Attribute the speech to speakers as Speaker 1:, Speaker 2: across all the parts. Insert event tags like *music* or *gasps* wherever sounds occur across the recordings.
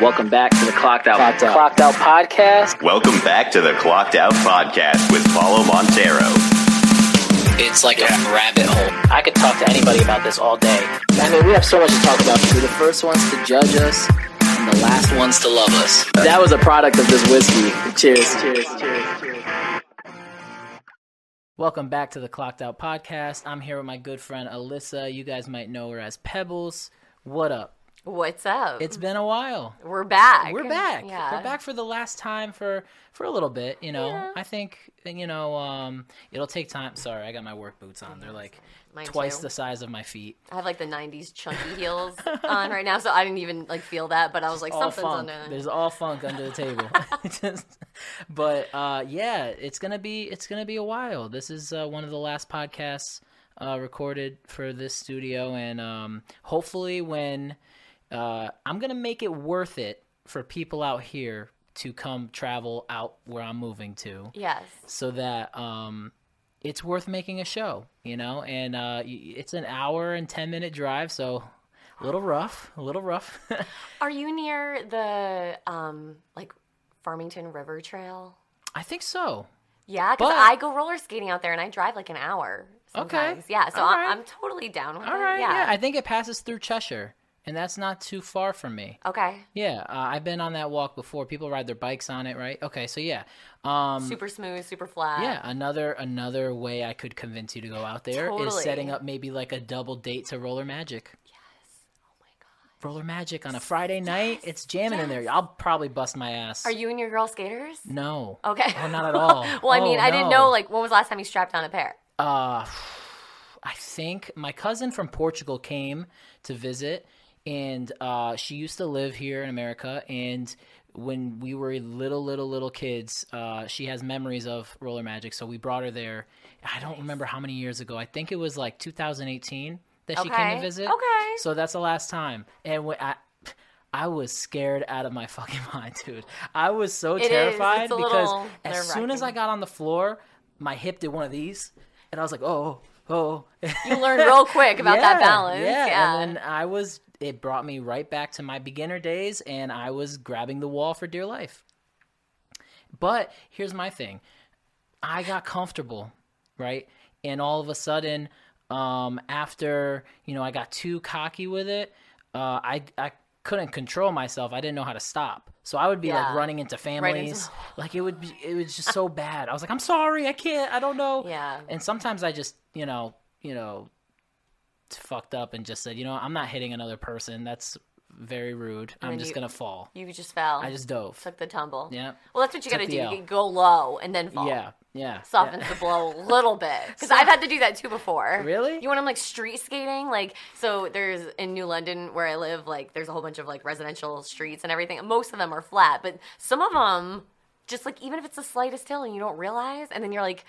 Speaker 1: Welcome back to the Clocked Out
Speaker 2: Clocked Out.
Speaker 1: Clocked Out Podcast.
Speaker 3: Welcome back to the Clocked Out Podcast with Paulo Montero.
Speaker 2: It's like a rabbit hole.
Speaker 1: I could talk to anybody about this all day.
Speaker 2: I mean, we have so much to talk about. We're the first ones to judge us, and the last ones to love us.
Speaker 1: That was a product of this whiskey. Cheers. Cheers. Cheers. Welcome back to the Clocked Out Podcast. I'm here with my good friend Alyssa. You guys might know her as Pebbles. What up?
Speaker 4: What's up?
Speaker 1: It's been a while.
Speaker 4: we're back.
Speaker 1: We're back.
Speaker 4: Yeah.
Speaker 1: We're back for the last time for for a little bit. You know,
Speaker 4: Yeah.
Speaker 1: I think you know um, it'll take time. Sorry, I got my work boots on. They're like
Speaker 4: Mine
Speaker 1: twice
Speaker 4: too.
Speaker 1: the size of my feet.
Speaker 4: I have like the '90s
Speaker 1: *laughs*
Speaker 4: chunky heels on right now, so I didn't even like feel that, but I was like,
Speaker 1: all
Speaker 4: something's
Speaker 1: funk.
Speaker 4: under. there.
Speaker 1: There's all funk under the
Speaker 4: *laughs*
Speaker 1: table. *laughs* Just- but uh, yeah, it's gonna be it's gonna be a while. This is uh, one of the last podcasts uh, recorded for this studio, and um, hopefully, when uh, I'm gonna make it worth it for people out here to come travel out where I'm moving to
Speaker 4: Yes.
Speaker 1: so that um, it's worth making a show, you know. And uh, y- it's an hour and ten minute drive, so a little rough, a little rough. *laughs*
Speaker 4: Are you near the um like Farmington River Trail?
Speaker 1: I think so.
Speaker 4: Yeah, because
Speaker 1: But-
Speaker 4: I go roller skating out there and I drive like an hour. Sometimes. Yeah, so
Speaker 1: All
Speaker 4: I'm,
Speaker 1: right.
Speaker 4: I'm totally down with
Speaker 1: All
Speaker 4: it.
Speaker 1: right, yeah.
Speaker 4: Yeah.
Speaker 1: I think it passes through Cheshire, and that's not too far from me.
Speaker 4: Okay.
Speaker 1: Yeah, uh, I've been on that walk before. People ride their bikes on it, right? Okay, so yeah, um,
Speaker 4: Super smooth, super flat.
Speaker 1: yeah. Another another way I could convince you to go out there is
Speaker 4: Totally.
Speaker 1: setting up maybe like a double date to Roller Magic. Yes. Oh my god. Roller Magic on a Friday night. It's jamming in there. I'll probably bust my ass.
Speaker 4: Are you and your girl skaters?
Speaker 1: No.
Speaker 4: Okay.
Speaker 1: Oh, not at all.
Speaker 4: *laughs* well, I mean,
Speaker 1: Oh,
Speaker 4: I didn't
Speaker 1: no.
Speaker 4: know like when was the last time you strapped on a pair?
Speaker 1: Uh, *sighs* I think my cousin from Portugal came to visit, and uh, she used to live here in America. And when we were little, little, little kids, uh, she has memories of roller magic. So we brought her there. I don't remember how many years ago. I think it was like 2018 that she came to
Speaker 4: Okay.
Speaker 1: visit.
Speaker 4: Okay.
Speaker 1: So that's the last time. And when I. I was scared out of my *laughs* fucking mind, dude. I was so
Speaker 4: is.
Speaker 1: terrified
Speaker 4: It's a
Speaker 1: because
Speaker 4: little
Speaker 1: as soon as
Speaker 4: nerve-wracking.
Speaker 1: I got on the floor, my hip did one of these, and I was like, oh, oh. *laughs*
Speaker 4: You learned real quick about that balance.
Speaker 1: Yeah. And then I was, it brought me right back to my beginner days, and I was grabbing the wall for dear life. But here's my thing I got comfortable, right? And all of a sudden, um, after, you know, I got too cocky with it, uh, I, I, couldn't control myself. I didn't know how to stop. So I would be like
Speaker 4: Yeah.
Speaker 1: running into
Speaker 4: into-
Speaker 1: families. like it would be it was
Speaker 4: *laughs*
Speaker 1: just so bad. I was like, I'm sorry, I can't, I don't know.
Speaker 4: Yeah.
Speaker 1: And sometimes I just, you know, you know, fucked up and just said, you know, I'm not hitting another person. That's very rude. I'm
Speaker 4: then
Speaker 1: just
Speaker 4: you-
Speaker 1: gonna fall.
Speaker 4: You just fell.
Speaker 1: I just dove.
Speaker 4: took the tumble.
Speaker 1: Yeah.
Speaker 4: Well, that's what you got to
Speaker 1: Took
Speaker 4: do.
Speaker 1: the
Speaker 4: You
Speaker 1: L.
Speaker 4: can go low and then fall.
Speaker 1: Yeah. Yeah. *laughs*
Speaker 4: Softens the blow a little bit because I've had to do that too before.
Speaker 1: Really?
Speaker 4: You when I'm like street skating, like so. There's in New London where I live, like there's a whole bunch of like residential streets and everything. Most of them are flat, but some of them, just like even if it's the slightest hill and you don't realize, and then you're like.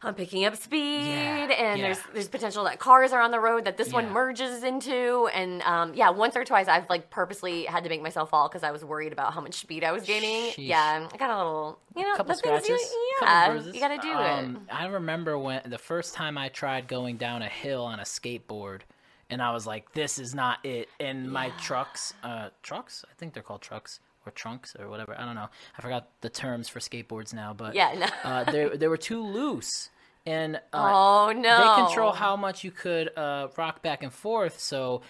Speaker 4: I'm picking up speed,
Speaker 1: Yeah,
Speaker 4: and
Speaker 1: yeah.
Speaker 4: there's there's potential that cars are on the road that this
Speaker 1: Yeah.
Speaker 4: one merges into, and um, yeah, once or twice I've like purposely had to make myself fall because I was worried about how much speed I was gaining.
Speaker 1: Sheesh.
Speaker 4: Yeah, I got a little, you *laughs* know,
Speaker 1: couple
Speaker 4: the things
Speaker 1: scratches,
Speaker 4: You,
Speaker 1: couple
Speaker 4: yeah,
Speaker 1: bruises.
Speaker 4: you gotta do
Speaker 1: Um, I remember when the first time I tried going down a hill on a skateboard, and I was like, "This is not it." And my trucks, uh, trucks, I think they're called trucks or trunks or whatever. I don't know. I forgot the terms for skateboards now, but
Speaker 4: Yeah, no.
Speaker 1: uh, they they were too loose, and
Speaker 4: *laughs* it.
Speaker 1: uh,
Speaker 4: Oh no,
Speaker 1: they control how much you could uh, rock back and forth. So.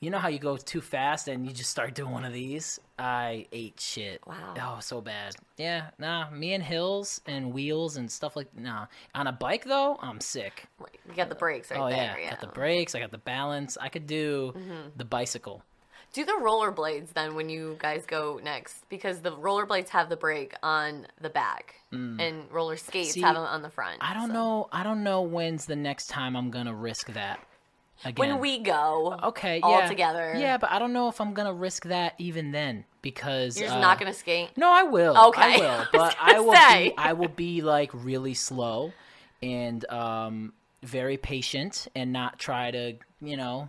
Speaker 1: You know how you go too fast and you just start doing one of these? I ate shit.
Speaker 4: Wow.
Speaker 1: Oh, so bad. Yeah, nah. Me and hills and wheels and stuff like nah. On a bike though, I'm sick.
Speaker 4: You got the brakes right
Speaker 1: oh yeah.
Speaker 4: there.
Speaker 1: I
Speaker 4: Yeah. Mm-hmm.
Speaker 1: got the brakes. I got the balance. I could do the bicycle.
Speaker 4: Do the rollerblades then when you guys go next because the rollerblades have the brake on the back and roller skates
Speaker 1: Mm. See,
Speaker 4: have them on the front.
Speaker 1: I don't
Speaker 4: so.
Speaker 1: know. I don't know when's the next time I'm gonna risk that. Again.
Speaker 4: when we go.
Speaker 1: okay
Speaker 4: all
Speaker 1: yeah.
Speaker 4: together.
Speaker 1: Yeah, but I don't know if I'm gonna risk that even then because
Speaker 4: You're
Speaker 1: uh,
Speaker 4: just not gonna skate.
Speaker 1: No, I will. I
Speaker 4: Okay. *laughs* I
Speaker 1: will,
Speaker 4: was
Speaker 1: but
Speaker 4: gonna
Speaker 1: I will be
Speaker 4: say.
Speaker 1: I will be like really slow and um very patient and not try to, you know,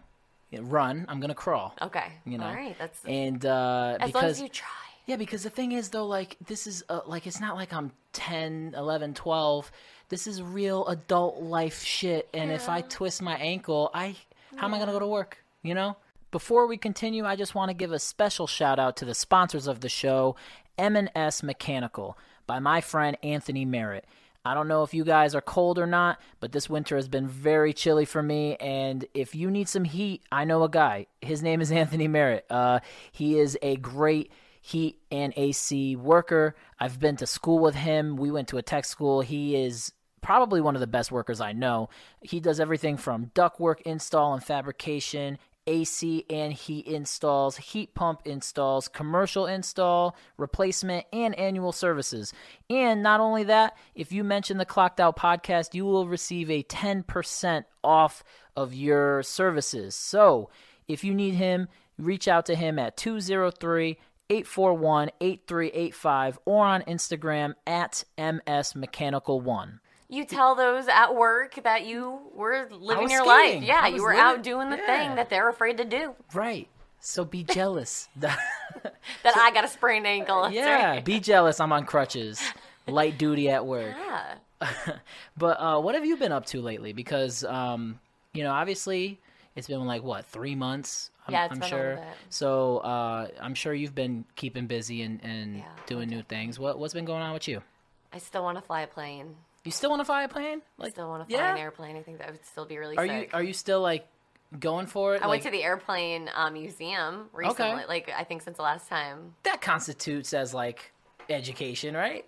Speaker 1: run. I'm going to crawl.
Speaker 4: Okay.
Speaker 1: You know.
Speaker 4: All right. That's
Speaker 1: And uh
Speaker 4: as
Speaker 1: because
Speaker 4: long as you try.
Speaker 1: yeah, because the thing is though like this is uh, like it's not like I'm 10, 11, 12. This is real adult life shit and if I twist my ankle, I how am I going to go to work, you know? Before we continue, I just want to give a special shout out to the sponsors of the show, M&S Mechanical, by my friend Anthony Merritt. I don't know if you guys are cold or not, but this winter has been very chilly for me. And if you need some heat, I know a guy. His name is *laughs* Anthony Merritt. Uh, he is a great heat and AC worker. I've been to school with him. We went to a tech school. He is probably one of the best workers I know. He does everything from ductwork install and fabrication, AC and heat installs, heat pump installs, commercial install, replacement, and annual services. And not only that, if you mention the Clocked Out podcast, you will receive a 10% off of your services. So if you need him, reach out to him at 203 841 8385 or on Instagram at MSMechanical1.
Speaker 4: You tell those at work that you were living
Speaker 1: was
Speaker 4: your
Speaker 1: skating.
Speaker 4: life.
Speaker 1: I
Speaker 4: Yeah,
Speaker 1: was
Speaker 4: you were
Speaker 1: living-
Speaker 4: out doing the
Speaker 1: yeah.
Speaker 4: thing that they're afraid to do.
Speaker 1: Right. So
Speaker 4: *laughs*
Speaker 1: be jealous. *laughs*
Speaker 4: That I got a sprained ankle. *laughs* That's
Speaker 1: yeah,
Speaker 4: right.
Speaker 1: be jealous. I'm on crutches, light duty at work.
Speaker 4: Yeah.
Speaker 1: But uh, what have you been up to lately? Because um, you know, obviously, it's been like what three months. I'm,
Speaker 4: Yeah, it's
Speaker 1: I'm
Speaker 4: been a
Speaker 1: sure.
Speaker 4: little bit.
Speaker 1: So uh, I'm sure you've been keeping busy and, and
Speaker 4: Yeah,
Speaker 1: doing new things. What what's been going on with you?
Speaker 4: I still want to fly a plane.
Speaker 1: You still want to fly a plane?
Speaker 4: I
Speaker 1: Like
Speaker 4: still want to fly an airplane. I think that would still be really
Speaker 1: Are you
Speaker 4: sick.
Speaker 1: are you still like going for it?
Speaker 4: I went
Speaker 1: like,
Speaker 4: to the airplane uh, museum recently. Like I think since the last time,
Speaker 1: that constitutes as like education, right?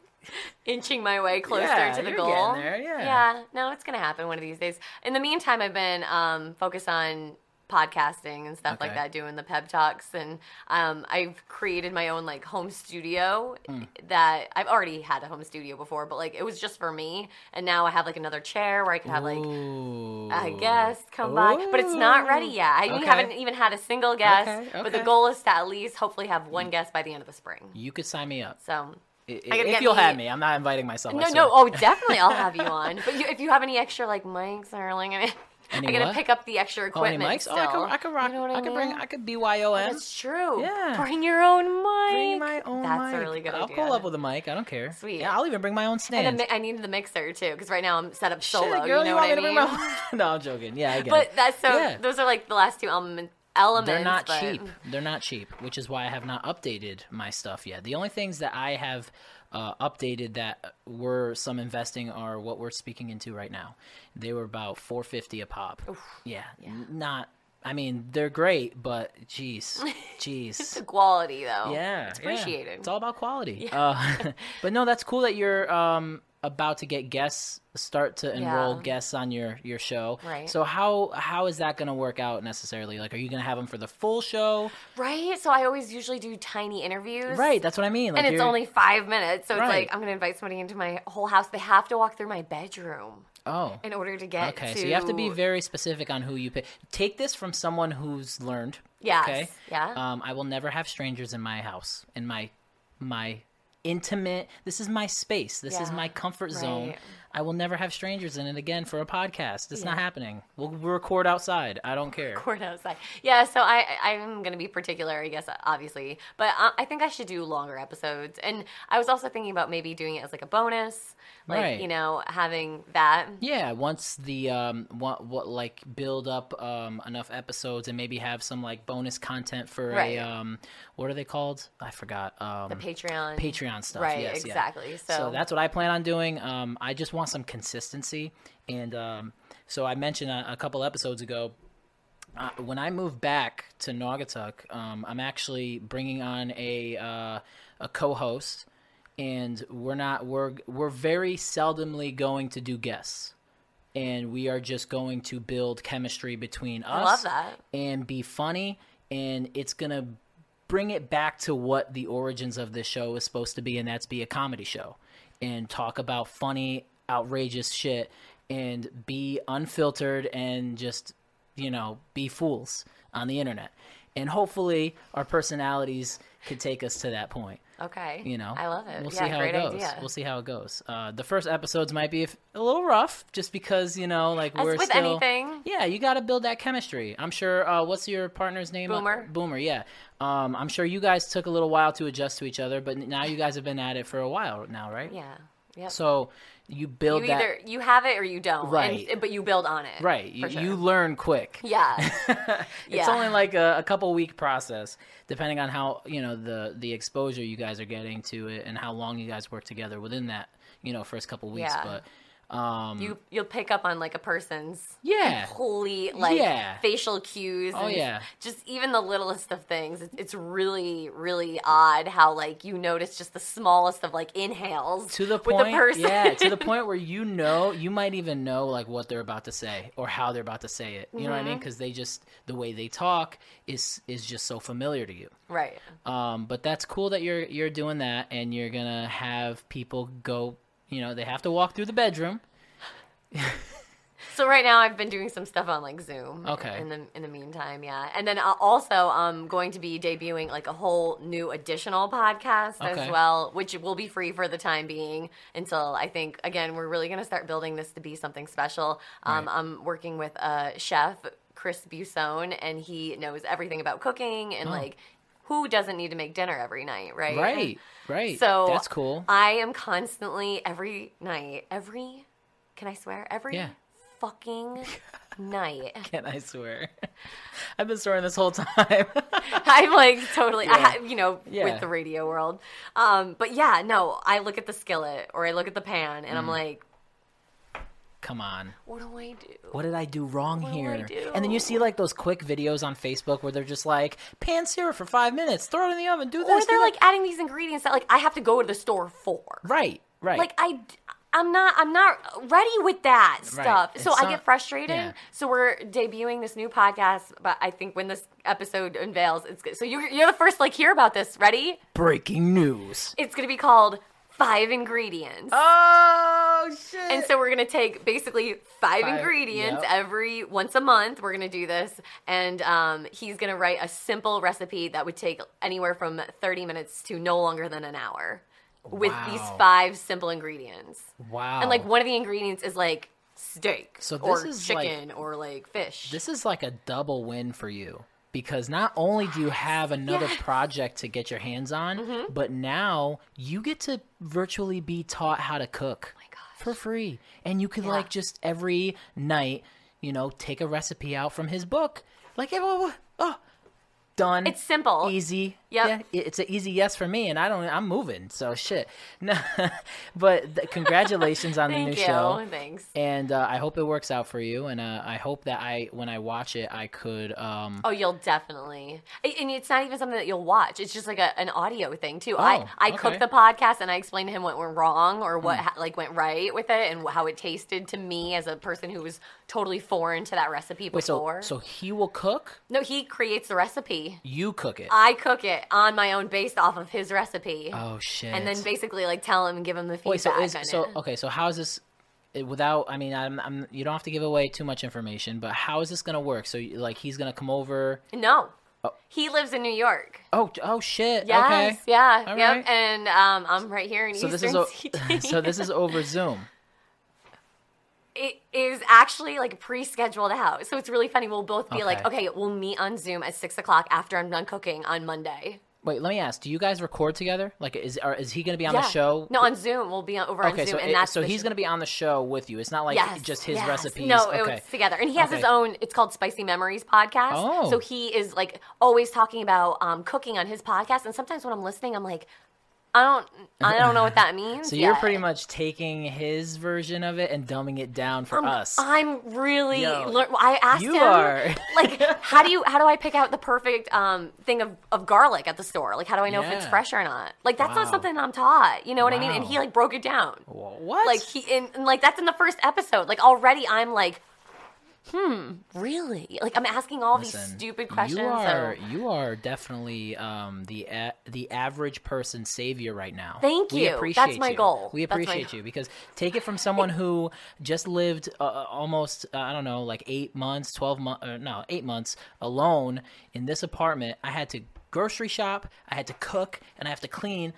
Speaker 4: inching my way closer
Speaker 1: Yeah,
Speaker 4: to the
Speaker 1: you're
Speaker 4: goal.
Speaker 1: getting there, yeah.
Speaker 4: Yeah. No, it's gonna happen one of these days. In the meantime, I've been um, focused on podcasting and stuff like
Speaker 1: Okay.
Speaker 4: that, doing the pep talks, and um, I've created my own like home studio
Speaker 1: Hmm.
Speaker 4: that I've already had a home studio before, but like it was just for me, and now I have like another chair where I can have like
Speaker 1: Ooh.
Speaker 4: a guest come by, but it's not ready yet. I
Speaker 1: Ooh. Okay.
Speaker 4: haven't even had a single guest,
Speaker 1: Okay,
Speaker 4: but the
Speaker 1: okay.
Speaker 4: goal is to at least hopefully have one guest by the end of the spring.
Speaker 1: You could sign me up.
Speaker 4: So,
Speaker 1: I- i-
Speaker 4: gotta
Speaker 1: If
Speaker 4: get
Speaker 1: you'll
Speaker 4: me-
Speaker 1: have me, I'm not inviting myself. I
Speaker 4: no,
Speaker 1: swear.
Speaker 4: no, oh, definitely,
Speaker 1: *laughs*
Speaker 4: I'll have you on. But you, if you have any extra like mics or like, *laughs* I
Speaker 1: Any
Speaker 4: gotta
Speaker 1: what?
Speaker 4: pick up the extra
Speaker 1: Oh, any
Speaker 4: equipment.
Speaker 1: mics? Oh, I
Speaker 4: still.
Speaker 1: could, I could rock.
Speaker 4: You know what
Speaker 1: I,
Speaker 4: I,
Speaker 1: could
Speaker 4: mean?
Speaker 1: bring. I could BYOM.
Speaker 4: That's true.
Speaker 1: Yeah.
Speaker 4: Bring your own mic.
Speaker 1: bring my own
Speaker 4: That's
Speaker 1: mic.
Speaker 4: a really good
Speaker 1: I'll
Speaker 4: idea.
Speaker 1: pull up with a mic. I don't care.
Speaker 4: Sweet.
Speaker 1: Yeah, I'll even bring my own stand.
Speaker 4: And the mi- I need the mixer too, because right now I'm set up
Speaker 1: Shit,
Speaker 4: solo.
Speaker 1: girl,
Speaker 4: you know
Speaker 1: want
Speaker 4: what
Speaker 1: me
Speaker 4: I mean?
Speaker 1: to
Speaker 4: *laughs*
Speaker 1: bring my own? *laughs* no, I'm joking. Yeah, I get
Speaker 4: But
Speaker 1: it.
Speaker 4: that's so.
Speaker 1: Yeah.
Speaker 4: Those are like the last two element, elements.
Speaker 1: They're not
Speaker 4: but-
Speaker 1: cheap. They're not cheap, which is why I have not updated my stuff yet. The only things that I have uh, updated that were some investing are what we're speaking into right now. They were about 450 a pop. Yeah, n- not. I mean, they're great, but jeez, jeez.
Speaker 4: *laughs* the quality though.
Speaker 1: Yeah,
Speaker 4: Oh, it's
Speaker 1: yeah.
Speaker 4: appreciated.
Speaker 1: It's all about quality.
Speaker 4: *laughs*
Speaker 1: Uh, *laughs* but no, that's cool that you're um, about to get guests start to enroll
Speaker 4: Yeah.
Speaker 1: guests on your your show.
Speaker 4: Right.
Speaker 1: So how how is that going to work out necessarily? Like, are you going to have them for the full show?
Speaker 4: right. So I always usually do tiny interviews.
Speaker 1: Right. That's what I mean. Like,
Speaker 4: and it's
Speaker 1: you're-
Speaker 4: only five minutes, so it's
Speaker 1: Right.
Speaker 4: like I'm gonna invite somebody into my whole house. They have to walk through my bedroom
Speaker 1: oh.
Speaker 4: in order to get.
Speaker 1: Okay,
Speaker 4: to,
Speaker 1: so you have to be very specific on who you pick. Take this from someone who's learned.
Speaker 4: Yes,
Speaker 1: Okay.
Speaker 4: yeah.
Speaker 1: Um, I will never have strangers in my house. In my my intimate. This is my space. This is
Speaker 4: Yeah,
Speaker 1: my comfort zone.
Speaker 4: right.
Speaker 1: I will never have strangers in it again for a podcast. It's not happening. We'll record outside. I don't care.
Speaker 4: court outside. Yeah, so I I- I'm gonna be particular, I guess, obviously, but uh, I think I should do longer episodes. And I was also thinking about maybe doing it as like a bonus, like
Speaker 1: Right.
Speaker 4: you know, having that.
Speaker 1: Yeah, once the um what what like build up um enough episodes and maybe have some like bonus content for a
Speaker 4: Right.
Speaker 1: um what are they called? I forgot. Um
Speaker 4: The Patreon.
Speaker 1: Patreon stuff.
Speaker 4: Right,
Speaker 1: yes, yeah.
Speaker 4: exactly. So-
Speaker 1: that's what I plan on doing. Um, I just want some consistency, and um, so I mentioned a, a couple episodes ago. Uh, when I move back to Naugatuck, um, I'm actually bringing on a uh, a co-host, and we're not we're we're very seldomly going to do guests, and we are just going to build chemistry between us
Speaker 4: love that.
Speaker 1: and be funny and it's gonna bring it back to what the origins of this show is supposed to be and that's be a comedy show and talk about funny outrageous shit and be unfiltered and just you know be fools on the internet and hopefully our personalities could take us to that point
Speaker 4: Okay.
Speaker 1: you know
Speaker 4: I love it.
Speaker 1: we'll
Speaker 4: yeah,
Speaker 1: see how
Speaker 4: great
Speaker 1: it goes
Speaker 4: Idea.
Speaker 1: we'll see how it goes uh, the first episodes might be f- a little rough just because you know like
Speaker 4: As
Speaker 1: we're
Speaker 4: with
Speaker 1: still
Speaker 4: anything.
Speaker 1: yeah you got to build that chemistry i'm sure uh, what's your partner's name
Speaker 4: Boomer.
Speaker 1: boomer yeah um, i'm sure you guys took a little while to adjust to each other but now you guys have been at it for a while now right
Speaker 4: Yeah. Yep.
Speaker 1: so You build
Speaker 4: You
Speaker 1: that
Speaker 4: either you have it or you don't, and-
Speaker 1: Right.
Speaker 4: but you build on it,
Speaker 1: right.
Speaker 4: for
Speaker 1: You,
Speaker 4: sure.
Speaker 1: you learn quick.
Speaker 4: yeah,
Speaker 1: It's
Speaker 4: *laughs* Yeah.
Speaker 1: only like a, a couple week process, depending on how you know the the exposure you guys are getting to it and how long you guys work together within that you know first couple weeks.
Speaker 4: Yeah.
Speaker 1: But um,
Speaker 4: you you'll pick up on like a person's
Speaker 1: Yeah.
Speaker 4: complete like
Speaker 1: Yeah.
Speaker 4: facial cues.
Speaker 1: Oh,
Speaker 4: and
Speaker 1: yeah.
Speaker 4: just even the littlest of things. It's, it's really really odd how like you notice just the smallest of like inhales
Speaker 1: to the
Speaker 4: with
Speaker 1: point,
Speaker 4: the person.
Speaker 1: yeah, to the point where you know you might even know like what they're about to say or how they're about to say it. You know what I
Speaker 4: Mm-hmm.
Speaker 1: mean? Because they just the way they talk is is just so familiar to you.
Speaker 4: *laughs* right.
Speaker 1: Um, but that's cool that you're you're doing that, and you're gonna have people go. You know, they have to walk through the bedroom.
Speaker 4: So right now I've been doing some stuff on like Zoom.
Speaker 1: Okay.
Speaker 4: In the in the meantime, yeah, and then I'll also um going to be debuting like a whole new additional podcast
Speaker 1: Okay.
Speaker 4: as well, which will be free for the time being until I think again we're really gonna start building this to be something special. Um,
Speaker 1: Right.
Speaker 4: I'm working with a chef Chris Busone, and he knows everything about cooking and
Speaker 1: Oh.
Speaker 4: like who doesn't need to make dinner every night, right?
Speaker 1: Right, right.
Speaker 4: So
Speaker 1: that's cool.
Speaker 4: I am constantly every night, every can I swear? Every
Speaker 1: Yeah.
Speaker 4: fucking
Speaker 1: *laughs*
Speaker 4: night. *laughs*
Speaker 1: Can I swear? *laughs* I've been swearing this whole time. *laughs*
Speaker 4: I'm like totally I
Speaker 1: Yeah.
Speaker 4: have, you know,
Speaker 1: Yeah.
Speaker 4: with the radio world. Um, but yeah, no, I look at the skillet or I look at the pan
Speaker 1: Mm.
Speaker 4: and I'm like,
Speaker 1: Come on.
Speaker 4: what do I do?
Speaker 1: What did I do wrong
Speaker 4: do
Speaker 1: here?
Speaker 4: I do?
Speaker 1: And then you see like those quick videos on Facebook where they're just like, pan syrup for five minutes, throw it in the oven, do this.
Speaker 4: Or
Speaker 1: do
Speaker 4: they're
Speaker 1: that."
Speaker 4: like adding these ingredients that like I have to go to the store for.
Speaker 1: right, right.
Speaker 4: like I I'm not I'm not ready with that stuff.
Speaker 1: It's
Speaker 4: So I
Speaker 1: not-
Speaker 4: get frustrated.
Speaker 1: yeah.
Speaker 4: So we're debuting this new podcast, but I think when this episode unveils, it's good. So you're you're the first like hear about this. Ready?
Speaker 1: breaking news.
Speaker 4: It's gonna be called Five Ingredients.
Speaker 1: Oh shit!
Speaker 4: And so we're gonna take basically five,
Speaker 1: Five,
Speaker 4: ingredients
Speaker 1: yep.
Speaker 4: every once a month. We're gonna do this, and um, he's gonna write a simple recipe that would take anywhere from thirty minutes to no longer than an hour, with these
Speaker 1: Wow.
Speaker 4: five simple ingredients.
Speaker 1: wow.
Speaker 4: And like one of the ingredients is like steak
Speaker 1: So this
Speaker 4: or
Speaker 1: is, like-
Speaker 4: chicken or like fish.
Speaker 1: This is like a double win for you because not only do you have another project to get your hands on,
Speaker 4: Mm-hmm.
Speaker 1: but now you get to virtually be taught how to cook
Speaker 4: Oh
Speaker 1: for free. And you could like just every night, you know, take a recipe out from his book. Like, eh, wha- wha- oh, done.
Speaker 4: It's simple.
Speaker 1: Easy.
Speaker 4: Yep.
Speaker 1: Yeah, it- it's an easy yes for me, and I don't. I'm moving, so shit. *laughs* No, but th- congratulations on the new
Speaker 4: Thank you.
Speaker 1: show
Speaker 4: Thanks.
Speaker 1: and uh, I hope it works out for you. And uh, I hope that I, when I watch it, I could. Um,
Speaker 4: Oh, you'll definitely. A- And it's not even something that you'll watch. It's just like a, an audio thing too. I
Speaker 1: Oh,
Speaker 4: I
Speaker 1: okay. Hmm.
Speaker 4: cooked the podcast and I explained to him what went wrong or what ha- like went right with it and wh- how it tasted to me as a person who was totally foreign to that recipe
Speaker 1: wait, so
Speaker 4: before.
Speaker 1: so he will cook,
Speaker 4: no, he creates the recipe.
Speaker 1: you cook it.
Speaker 4: I cook it on my own based off of his recipe.
Speaker 1: oh shit!
Speaker 4: And then basically like tell him and give him the feedback.
Speaker 1: wait, so is
Speaker 4: on
Speaker 1: so
Speaker 4: it.
Speaker 1: okay? So how is this? it- Without, I mean, I'm, I'm. You don't have to give away too much information, but how is this gonna work? So you- like, he's gonna come over.
Speaker 4: No. He lives in New York.
Speaker 1: Oh, oh shit!
Speaker 4: Yes.
Speaker 1: Oh. okay.
Speaker 4: Yeah.
Speaker 1: All
Speaker 4: yep.
Speaker 1: right.
Speaker 4: And um, I'm right here in
Speaker 1: So this
Speaker 4: Eastern
Speaker 1: is o-
Speaker 4: *laughs*
Speaker 1: *laughs*
Speaker 4: CT.
Speaker 1: so this is over Zoom.
Speaker 4: it is actually like pre-scheduled out, so it's really funny. We'll both be like,
Speaker 1: Okay.
Speaker 4: okay, we'll meet on Zoom at six o'clock after I'm done cooking on Monday.
Speaker 1: Wait, let me ask. Do you guys record together? Like, is are, is he gonna be on
Speaker 4: yeah.
Speaker 1: the show?
Speaker 4: No, on Zoom. We'll be on, over
Speaker 1: Okay,
Speaker 4: on Zoom,
Speaker 1: so,
Speaker 4: and
Speaker 1: it-
Speaker 4: that's
Speaker 1: so
Speaker 4: the
Speaker 1: he's
Speaker 4: sh-
Speaker 1: going to be on the show with you. It's not like
Speaker 4: Yes,
Speaker 1: just his
Speaker 4: yes.
Speaker 1: recipes.
Speaker 4: No,
Speaker 1: okay.
Speaker 4: it's together, and he has his
Speaker 1: Okay.
Speaker 4: own. It's called Spicy Memories podcast.
Speaker 1: Oh.
Speaker 4: So he is like always talking about um, cooking on his podcast, and sometimes when I'm listening, I'm like, I don't, I don't know
Speaker 1: *laughs*
Speaker 4: what that means.
Speaker 1: So you're
Speaker 4: yet.
Speaker 1: pretty much taking his version of it and dumbing it down for
Speaker 4: I'm,
Speaker 1: us.
Speaker 4: I'm really.
Speaker 1: Yo,
Speaker 4: lear- I Um, asked
Speaker 1: you
Speaker 4: him,
Speaker 1: are. *laughs*
Speaker 4: like, how do you how do I pick out the perfect um, thing of, of garlic at the store? Like, how do I know if it's
Speaker 1: Yeah.
Speaker 4: fresh or not? Like, that's
Speaker 1: Wow.
Speaker 4: not something I'm taught. You know what I mean? And
Speaker 1: Wow.
Speaker 4: he like broke it down.
Speaker 1: Wha- what?
Speaker 4: Like he and, and like that's in the first episode. Like already, I'm like, hmm, really? Like I'm asking all these
Speaker 1: Listen,
Speaker 4: stupid questions.
Speaker 1: You are
Speaker 4: so.
Speaker 1: you are definitely um, the a- the average person savior right now.
Speaker 4: Thank
Speaker 1: We
Speaker 4: you. That's
Speaker 1: appreciate
Speaker 4: my
Speaker 1: you.
Speaker 4: goal.
Speaker 1: We
Speaker 4: That's my
Speaker 1: appreciate
Speaker 4: goal.
Speaker 1: you because take it from someone who just lived uh, uh, almost uh, I don't know like eight months, twelve months, no, eight months alone in this apartment. I had to grocery shop, I had to cook, and I have to clean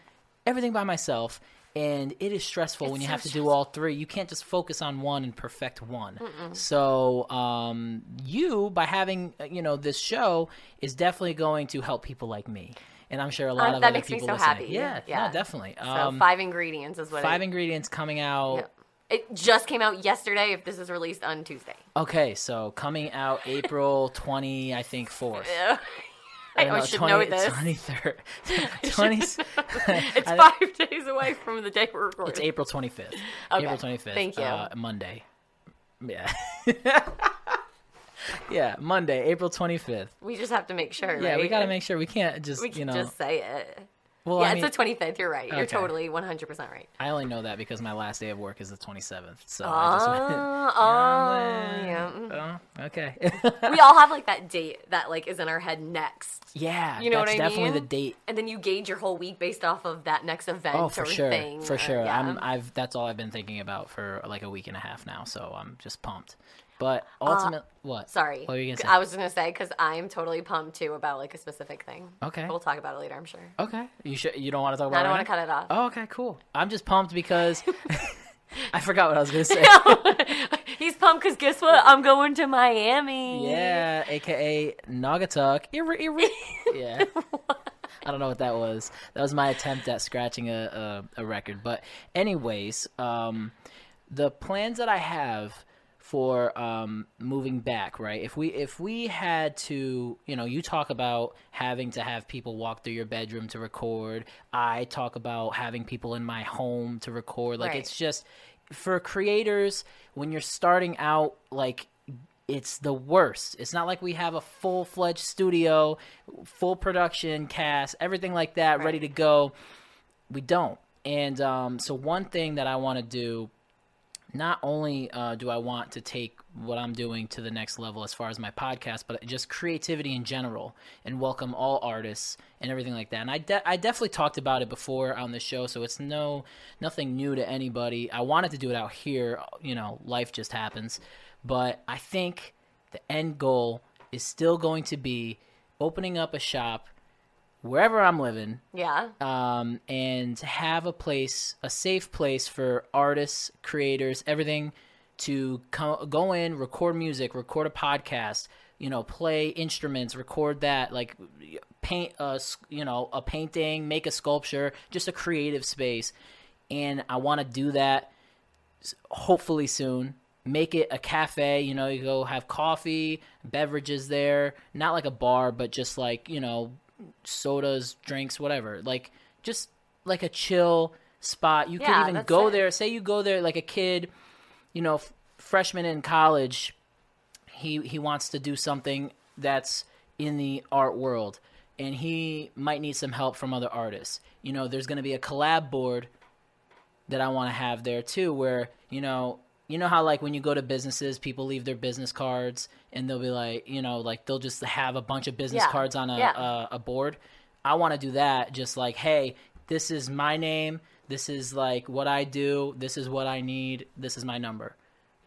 Speaker 1: everything by myself. And it is stressful when
Speaker 4: It's
Speaker 1: you
Speaker 4: so
Speaker 1: have to do all three. You can't just focus on one and perfect one. So um, you, by having uh, you know this show, is definitely going to help people like me, and I'm sure a lot
Speaker 4: Um,
Speaker 1: of
Speaker 4: that
Speaker 1: other
Speaker 4: makes me
Speaker 1: people
Speaker 4: so
Speaker 1: listening.
Speaker 4: happy.
Speaker 1: Yeah, yeah,
Speaker 4: Yeah.
Speaker 1: definitely.
Speaker 4: so
Speaker 1: Um,
Speaker 4: five ingredients is what
Speaker 1: five
Speaker 4: I,
Speaker 1: ingredients coming out
Speaker 4: Yep. It just came out yesterday. If this is released on Tuesday,
Speaker 1: Okay, so coming out
Speaker 4: *laughs*
Speaker 1: April 20, I think, 4th.
Speaker 4: I,
Speaker 1: Or no,
Speaker 4: Oh, should know this.
Speaker 1: 23rd.
Speaker 4: *laughs*
Speaker 1: *laughs* 20,
Speaker 4: It's
Speaker 1: I-
Speaker 4: five *laughs* days away from the day we're recording.
Speaker 1: It's April 25th.
Speaker 4: Okay,
Speaker 1: April 25th.
Speaker 4: thank you.
Speaker 1: Uh, Monday. Yeah. *laughs* yeah, Monday, April 25th.
Speaker 4: We just have to make sure.
Speaker 1: Yeah, we
Speaker 4: right?
Speaker 1: got to make sure. We can't just,
Speaker 4: We
Speaker 1: you
Speaker 4: can
Speaker 1: know.
Speaker 4: just say it.
Speaker 1: well,
Speaker 4: yeah,
Speaker 1: I mean,
Speaker 4: it's the 25th. You're right. You're
Speaker 1: Okay.
Speaker 4: totally 100% right.
Speaker 1: I only know that because my last day of work is the 27th. So
Speaker 4: Oh,
Speaker 1: I just wanted.
Speaker 4: oh, yeah. mm.
Speaker 1: Oh, okay. *laughs*
Speaker 4: We all have like that date that like is in our head next.
Speaker 1: yeah,
Speaker 4: You know
Speaker 1: that's
Speaker 4: what I
Speaker 1: definitely the
Speaker 4: mean?
Speaker 1: date.
Speaker 4: And then you gauge your whole week based off of that next event
Speaker 1: Oh, for
Speaker 4: or
Speaker 1: sure,
Speaker 4: thing.
Speaker 1: for
Speaker 4: or-
Speaker 1: sure.
Speaker 4: yeah.
Speaker 1: I'm, I've that's all I've been thinking about for like a week and a half now. So I'm just pumped. But ultimately, what?
Speaker 4: Uh, Sorry.
Speaker 1: What were you gonna say?
Speaker 4: I was just gonna say because I'm totally pumped too about like a specific thing.
Speaker 1: Okay.
Speaker 4: We'll talk about it later. I'm sure. *laughs*
Speaker 1: Okay. You should. You don't want to talk
Speaker 4: I
Speaker 1: about.
Speaker 4: don't
Speaker 1: it
Speaker 4: want to cut it off.
Speaker 1: Oh, okay, cool. I'm just pumped
Speaker 4: *laughs*
Speaker 1: because *laughs* I forgot what I was gonna say.
Speaker 4: He's pumped because guess what? I'm going to Miami.
Speaker 1: yeah, aka Naugatuck. Eerie, eerie. Yeah. I don't know what that was. That was my attempt at scratching a, a, a record. But anyways, um, the plans that I have for um, moving back, right? If we if we had to, you know, you talk about having to have people walk through your bedroom to record. I talk about having people in my home to record. Like
Speaker 4: Right.
Speaker 1: it's just for creators when you're starting out, like it's the worst. It's not like we have a full fledged studio, full production cast, everything like that ready to go. We don't. And um, so, one thing that I want to do not only uh, do I want to take what I'm doing to the next level as far as my podcast, but just creativity in general and welcome all artists and everything like that. And I, de- I definitely talked about it before on the show, so it's no nothing new to anybody. I wanted to do it out here, you know, life just happens. But I think the end goal is still going to be opening up a shop wherever I'm living
Speaker 4: Yeah.
Speaker 1: um, and have a place, a safe place for artists, creators, everything to co- go in, record music, record a podcast, you know, play instruments, record that, like paint a, s- you know, a painting, make a sculpture, just a creative space. And I want to do that s- hopefully soon. Make it a cafe, you know, you go have coffee, beverages there, not like a bar, but just like, you know, sodas, drinks, whatever. Like just like a chill spot. You
Speaker 4: Yeah,
Speaker 1: could even
Speaker 4: that's
Speaker 1: go
Speaker 4: it.
Speaker 1: there. Say you go there like a kid, you know, f- freshman in college. He he wants to do something that's in the art world, and he might need some help from other artists. You know, there's going to be a collab board that I want to have there too, where you know, you know how like when you go to businesses, people leave their business cards and they'll be like, you know, like they'll just have a bunch of business
Speaker 4: Yeah,
Speaker 1: cards on a,
Speaker 4: yeah.
Speaker 1: a a board. I want to do that, just like, hey, this is my name, this is like what I do, this is what I need, this is my number,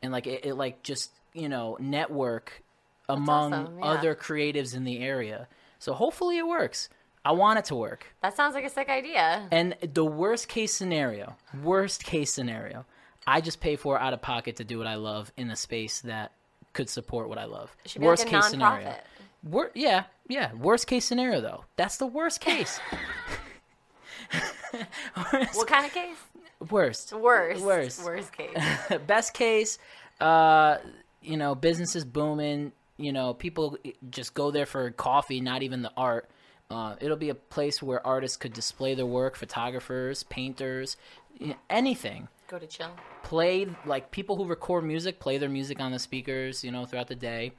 Speaker 1: and like it, it like just you know network among
Speaker 4: awesome, yeah.
Speaker 1: other creatives in the area. So hopefully it works. I want it to work.
Speaker 4: That sounds like a sick idea.
Speaker 1: And the worst case scenario, worst case scenario, I just pay for it out of pocket to do what I love in a space that could support what I love.
Speaker 4: should be
Speaker 1: worst
Speaker 4: like a
Speaker 1: case
Speaker 4: nonprofit.
Speaker 1: scenario. Wor- yeah, yeah. Worst case scenario though. That's the worst
Speaker 4: *laughs*
Speaker 1: case.
Speaker 4: What kind of case?
Speaker 1: worst.
Speaker 4: Worst.
Speaker 1: Worst.
Speaker 4: Worst case.
Speaker 1: Best case, uh, you know, business is booming. You know, people just go there for coffee, not even the art. Uh, it'll be a place where artists could display their work, photographers, painters, y- anything.
Speaker 4: *laughs* Go to chill.
Speaker 1: play like people who record music play their music on the speakers you know throughout the day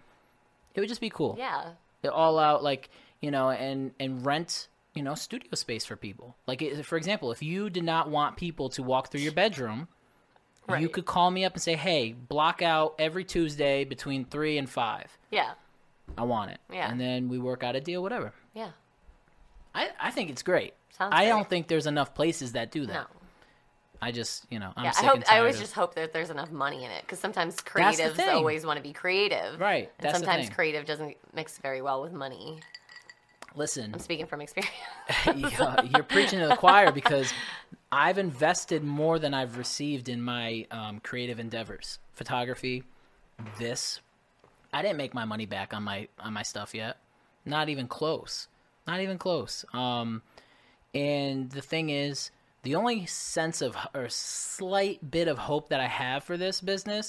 Speaker 1: it would just be cool
Speaker 4: Yeah.
Speaker 1: It all out like you know and and rent you know studio space for people like it, for example if you did not want people to walk through your bedroom you
Speaker 4: Right.
Speaker 1: could call me up and say hey block out every tuesday between 3 and 5
Speaker 4: Yeah.
Speaker 1: i want it
Speaker 4: Yeah.
Speaker 1: and then we work out a deal whatever
Speaker 4: Yeah.
Speaker 1: i i think it's great
Speaker 4: Sounds
Speaker 1: i
Speaker 4: great.
Speaker 1: don't think there's enough places that do that
Speaker 4: No.
Speaker 1: i just you know i'm
Speaker 4: Yeah, I
Speaker 1: sick
Speaker 4: hope
Speaker 1: and tired
Speaker 4: I always
Speaker 1: of-
Speaker 4: just hope that there's enough money in it because sometimes
Speaker 1: the
Speaker 4: creatives
Speaker 1: thing.
Speaker 4: always want to be creative,
Speaker 1: Right,
Speaker 4: And
Speaker 1: that's the
Speaker 4: sometimes
Speaker 1: thing.
Speaker 4: creative doesn't mix very well with money.
Speaker 1: *laughs* *laughs* listen
Speaker 4: I'm speaking from experience. *laughs*
Speaker 1: Yeah, you're preaching to the choir because I've invested more than I've received in my um, creative endeavors, photography, this. I didn't make my money back on my on my stuff yet. Not even close. Not even close. Um, and the thing is, The only sense of or slight bit of hope that I have for this business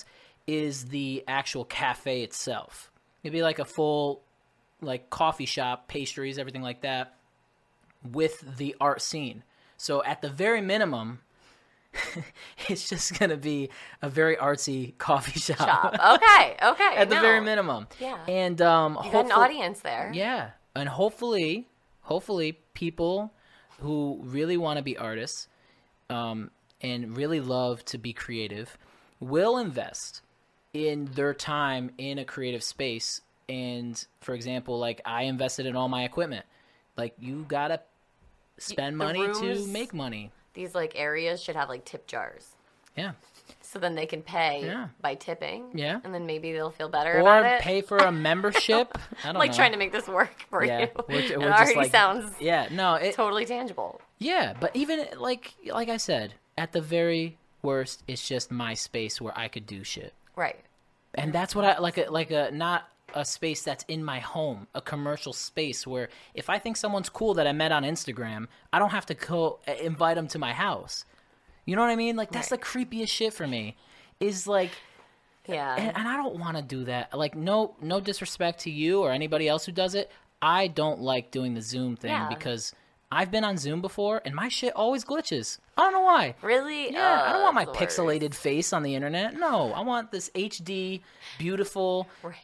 Speaker 1: is the actual cafe itself. It'd be like a full like coffee shop, pastries, everything like that with the art scene. So at the very minimum, *laughs* it's just going to be a very artsy coffee shop.
Speaker 4: Stop. Okay, okay.
Speaker 1: At the very
Speaker 4: no.
Speaker 1: minimum.
Speaker 4: Yeah.
Speaker 1: And um
Speaker 4: You got an
Speaker 1: hopeful-
Speaker 4: audience there.
Speaker 1: yeah, and hopefully, hopefully, people who really want to be artists um, and really love to be creative will invest in their time in a creative space. And for example, like I invested in all my equipment. Like you gotta spend
Speaker 4: the
Speaker 1: money to
Speaker 4: rooms-
Speaker 1: make money.
Speaker 4: These like areas should have like tip jars.
Speaker 1: Yeah,
Speaker 4: So then they can pay
Speaker 1: Yeah.
Speaker 4: by tipping.
Speaker 1: Yeah.
Speaker 4: And then maybe they'll feel better about
Speaker 1: or
Speaker 4: it.
Speaker 1: pay
Speaker 4: *laughs*
Speaker 1: for a membership. I don't
Speaker 4: like
Speaker 1: know.
Speaker 4: trying to make this work for
Speaker 1: Yeah,
Speaker 4: you.
Speaker 1: we're-
Speaker 4: it *laughs*
Speaker 1: we're just,
Speaker 4: already
Speaker 1: like-
Speaker 4: sounds
Speaker 1: Yeah, no, it,
Speaker 4: totally tangible.
Speaker 1: Yeah, but even like like I said, at the very worst, it's just my space where I could do shit,
Speaker 4: Right.
Speaker 1: and that's what I like a like a not a space that's in my home, a commercial space where if I think someone's cool that I met on Instagram, I don't have to go uh, invite them to my house. You know what I mean? Like that's
Speaker 4: Right.
Speaker 1: the creepiest shit for me. Is like,
Speaker 4: Yeah.
Speaker 1: and, and I don't want to do that. Like, no, no disrespect to you or anybody else who does it. I don't like doing the Zoom thing
Speaker 4: Yeah.
Speaker 1: because I've been on Zoom before and my shit always glitches. I don't know why.
Speaker 4: really?
Speaker 1: Yeah, I don't
Speaker 4: Oh,
Speaker 1: want my
Speaker 4: that's the worst.
Speaker 1: pixelated face on the internet. No, I want this HD, beautiful
Speaker 4: Right.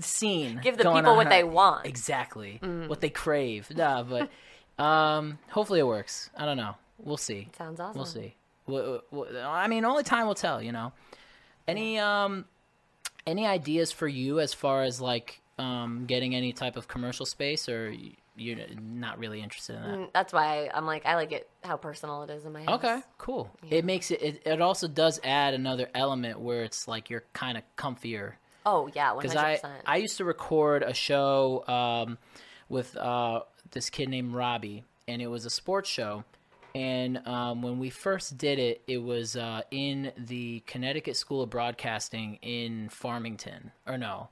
Speaker 1: scene.
Speaker 4: Give the
Speaker 1: going
Speaker 4: people
Speaker 1: on.
Speaker 4: what they want. Mm.
Speaker 1: Exactly. What they crave. Nah, but *laughs* um, hopefully it works. I don't know. We'll see.
Speaker 4: Sounds awesome.
Speaker 1: We'll see. Wha- wha- I mean, only time will tell. You know. Any um, any ideas for you as far as like um, getting any type of commercial space, or y- you're not really interested in that?
Speaker 4: Mm, That's why I'm like I like it how personal it is in my house.
Speaker 1: Okay, cool. It makes it, it. It also does add another element where it's like you're kind of comfier.
Speaker 4: Oh yeah, one
Speaker 1: Because
Speaker 4: hundred
Speaker 1: I
Speaker 4: percent.
Speaker 1: I used to record a show um, with uh, this kid named Robbie, and it was a sports show. And um, when we first did it, it was uh, in the Connecticut School of Broadcasting in Farmington, or no.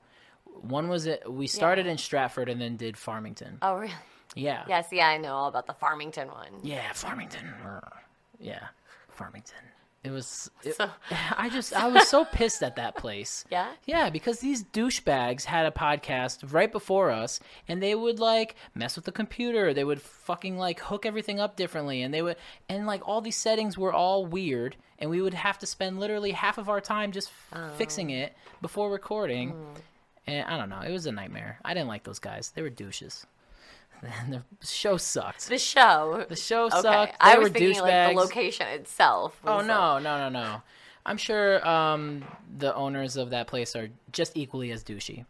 Speaker 1: One was it. We started in Stratford and then did Farmington.
Speaker 4: Oh really?
Speaker 1: yeah.
Speaker 4: Yes, yeah, I know all about the Farmington one.
Speaker 1: Yeah, Farmington. Yeah, Farmington. It was. it-
Speaker 4: So-
Speaker 1: I just I was *laughs* so pissed at that place.
Speaker 4: Yeah?
Speaker 1: Yeah, because these douchebags had a podcast right before us, and they would like mess with the computer. They would fucking like hook everything up differently, and they would and like all these settings were all weird, and we would have to spend literally half of our time just fixing it before recording. And I don't know, it was a nightmare. I didn't like those guys. They were douches. *laughs* And the show sucked.
Speaker 4: The show.
Speaker 1: The show
Speaker 4: okay.
Speaker 1: sucked. They
Speaker 4: I
Speaker 1: were
Speaker 4: was thinking like
Speaker 1: douchebags.
Speaker 4: the location itself.
Speaker 1: Oh
Speaker 4: was, like-
Speaker 1: no, no, no, no! I'm sure um, the owners of that place are just equally as douchey.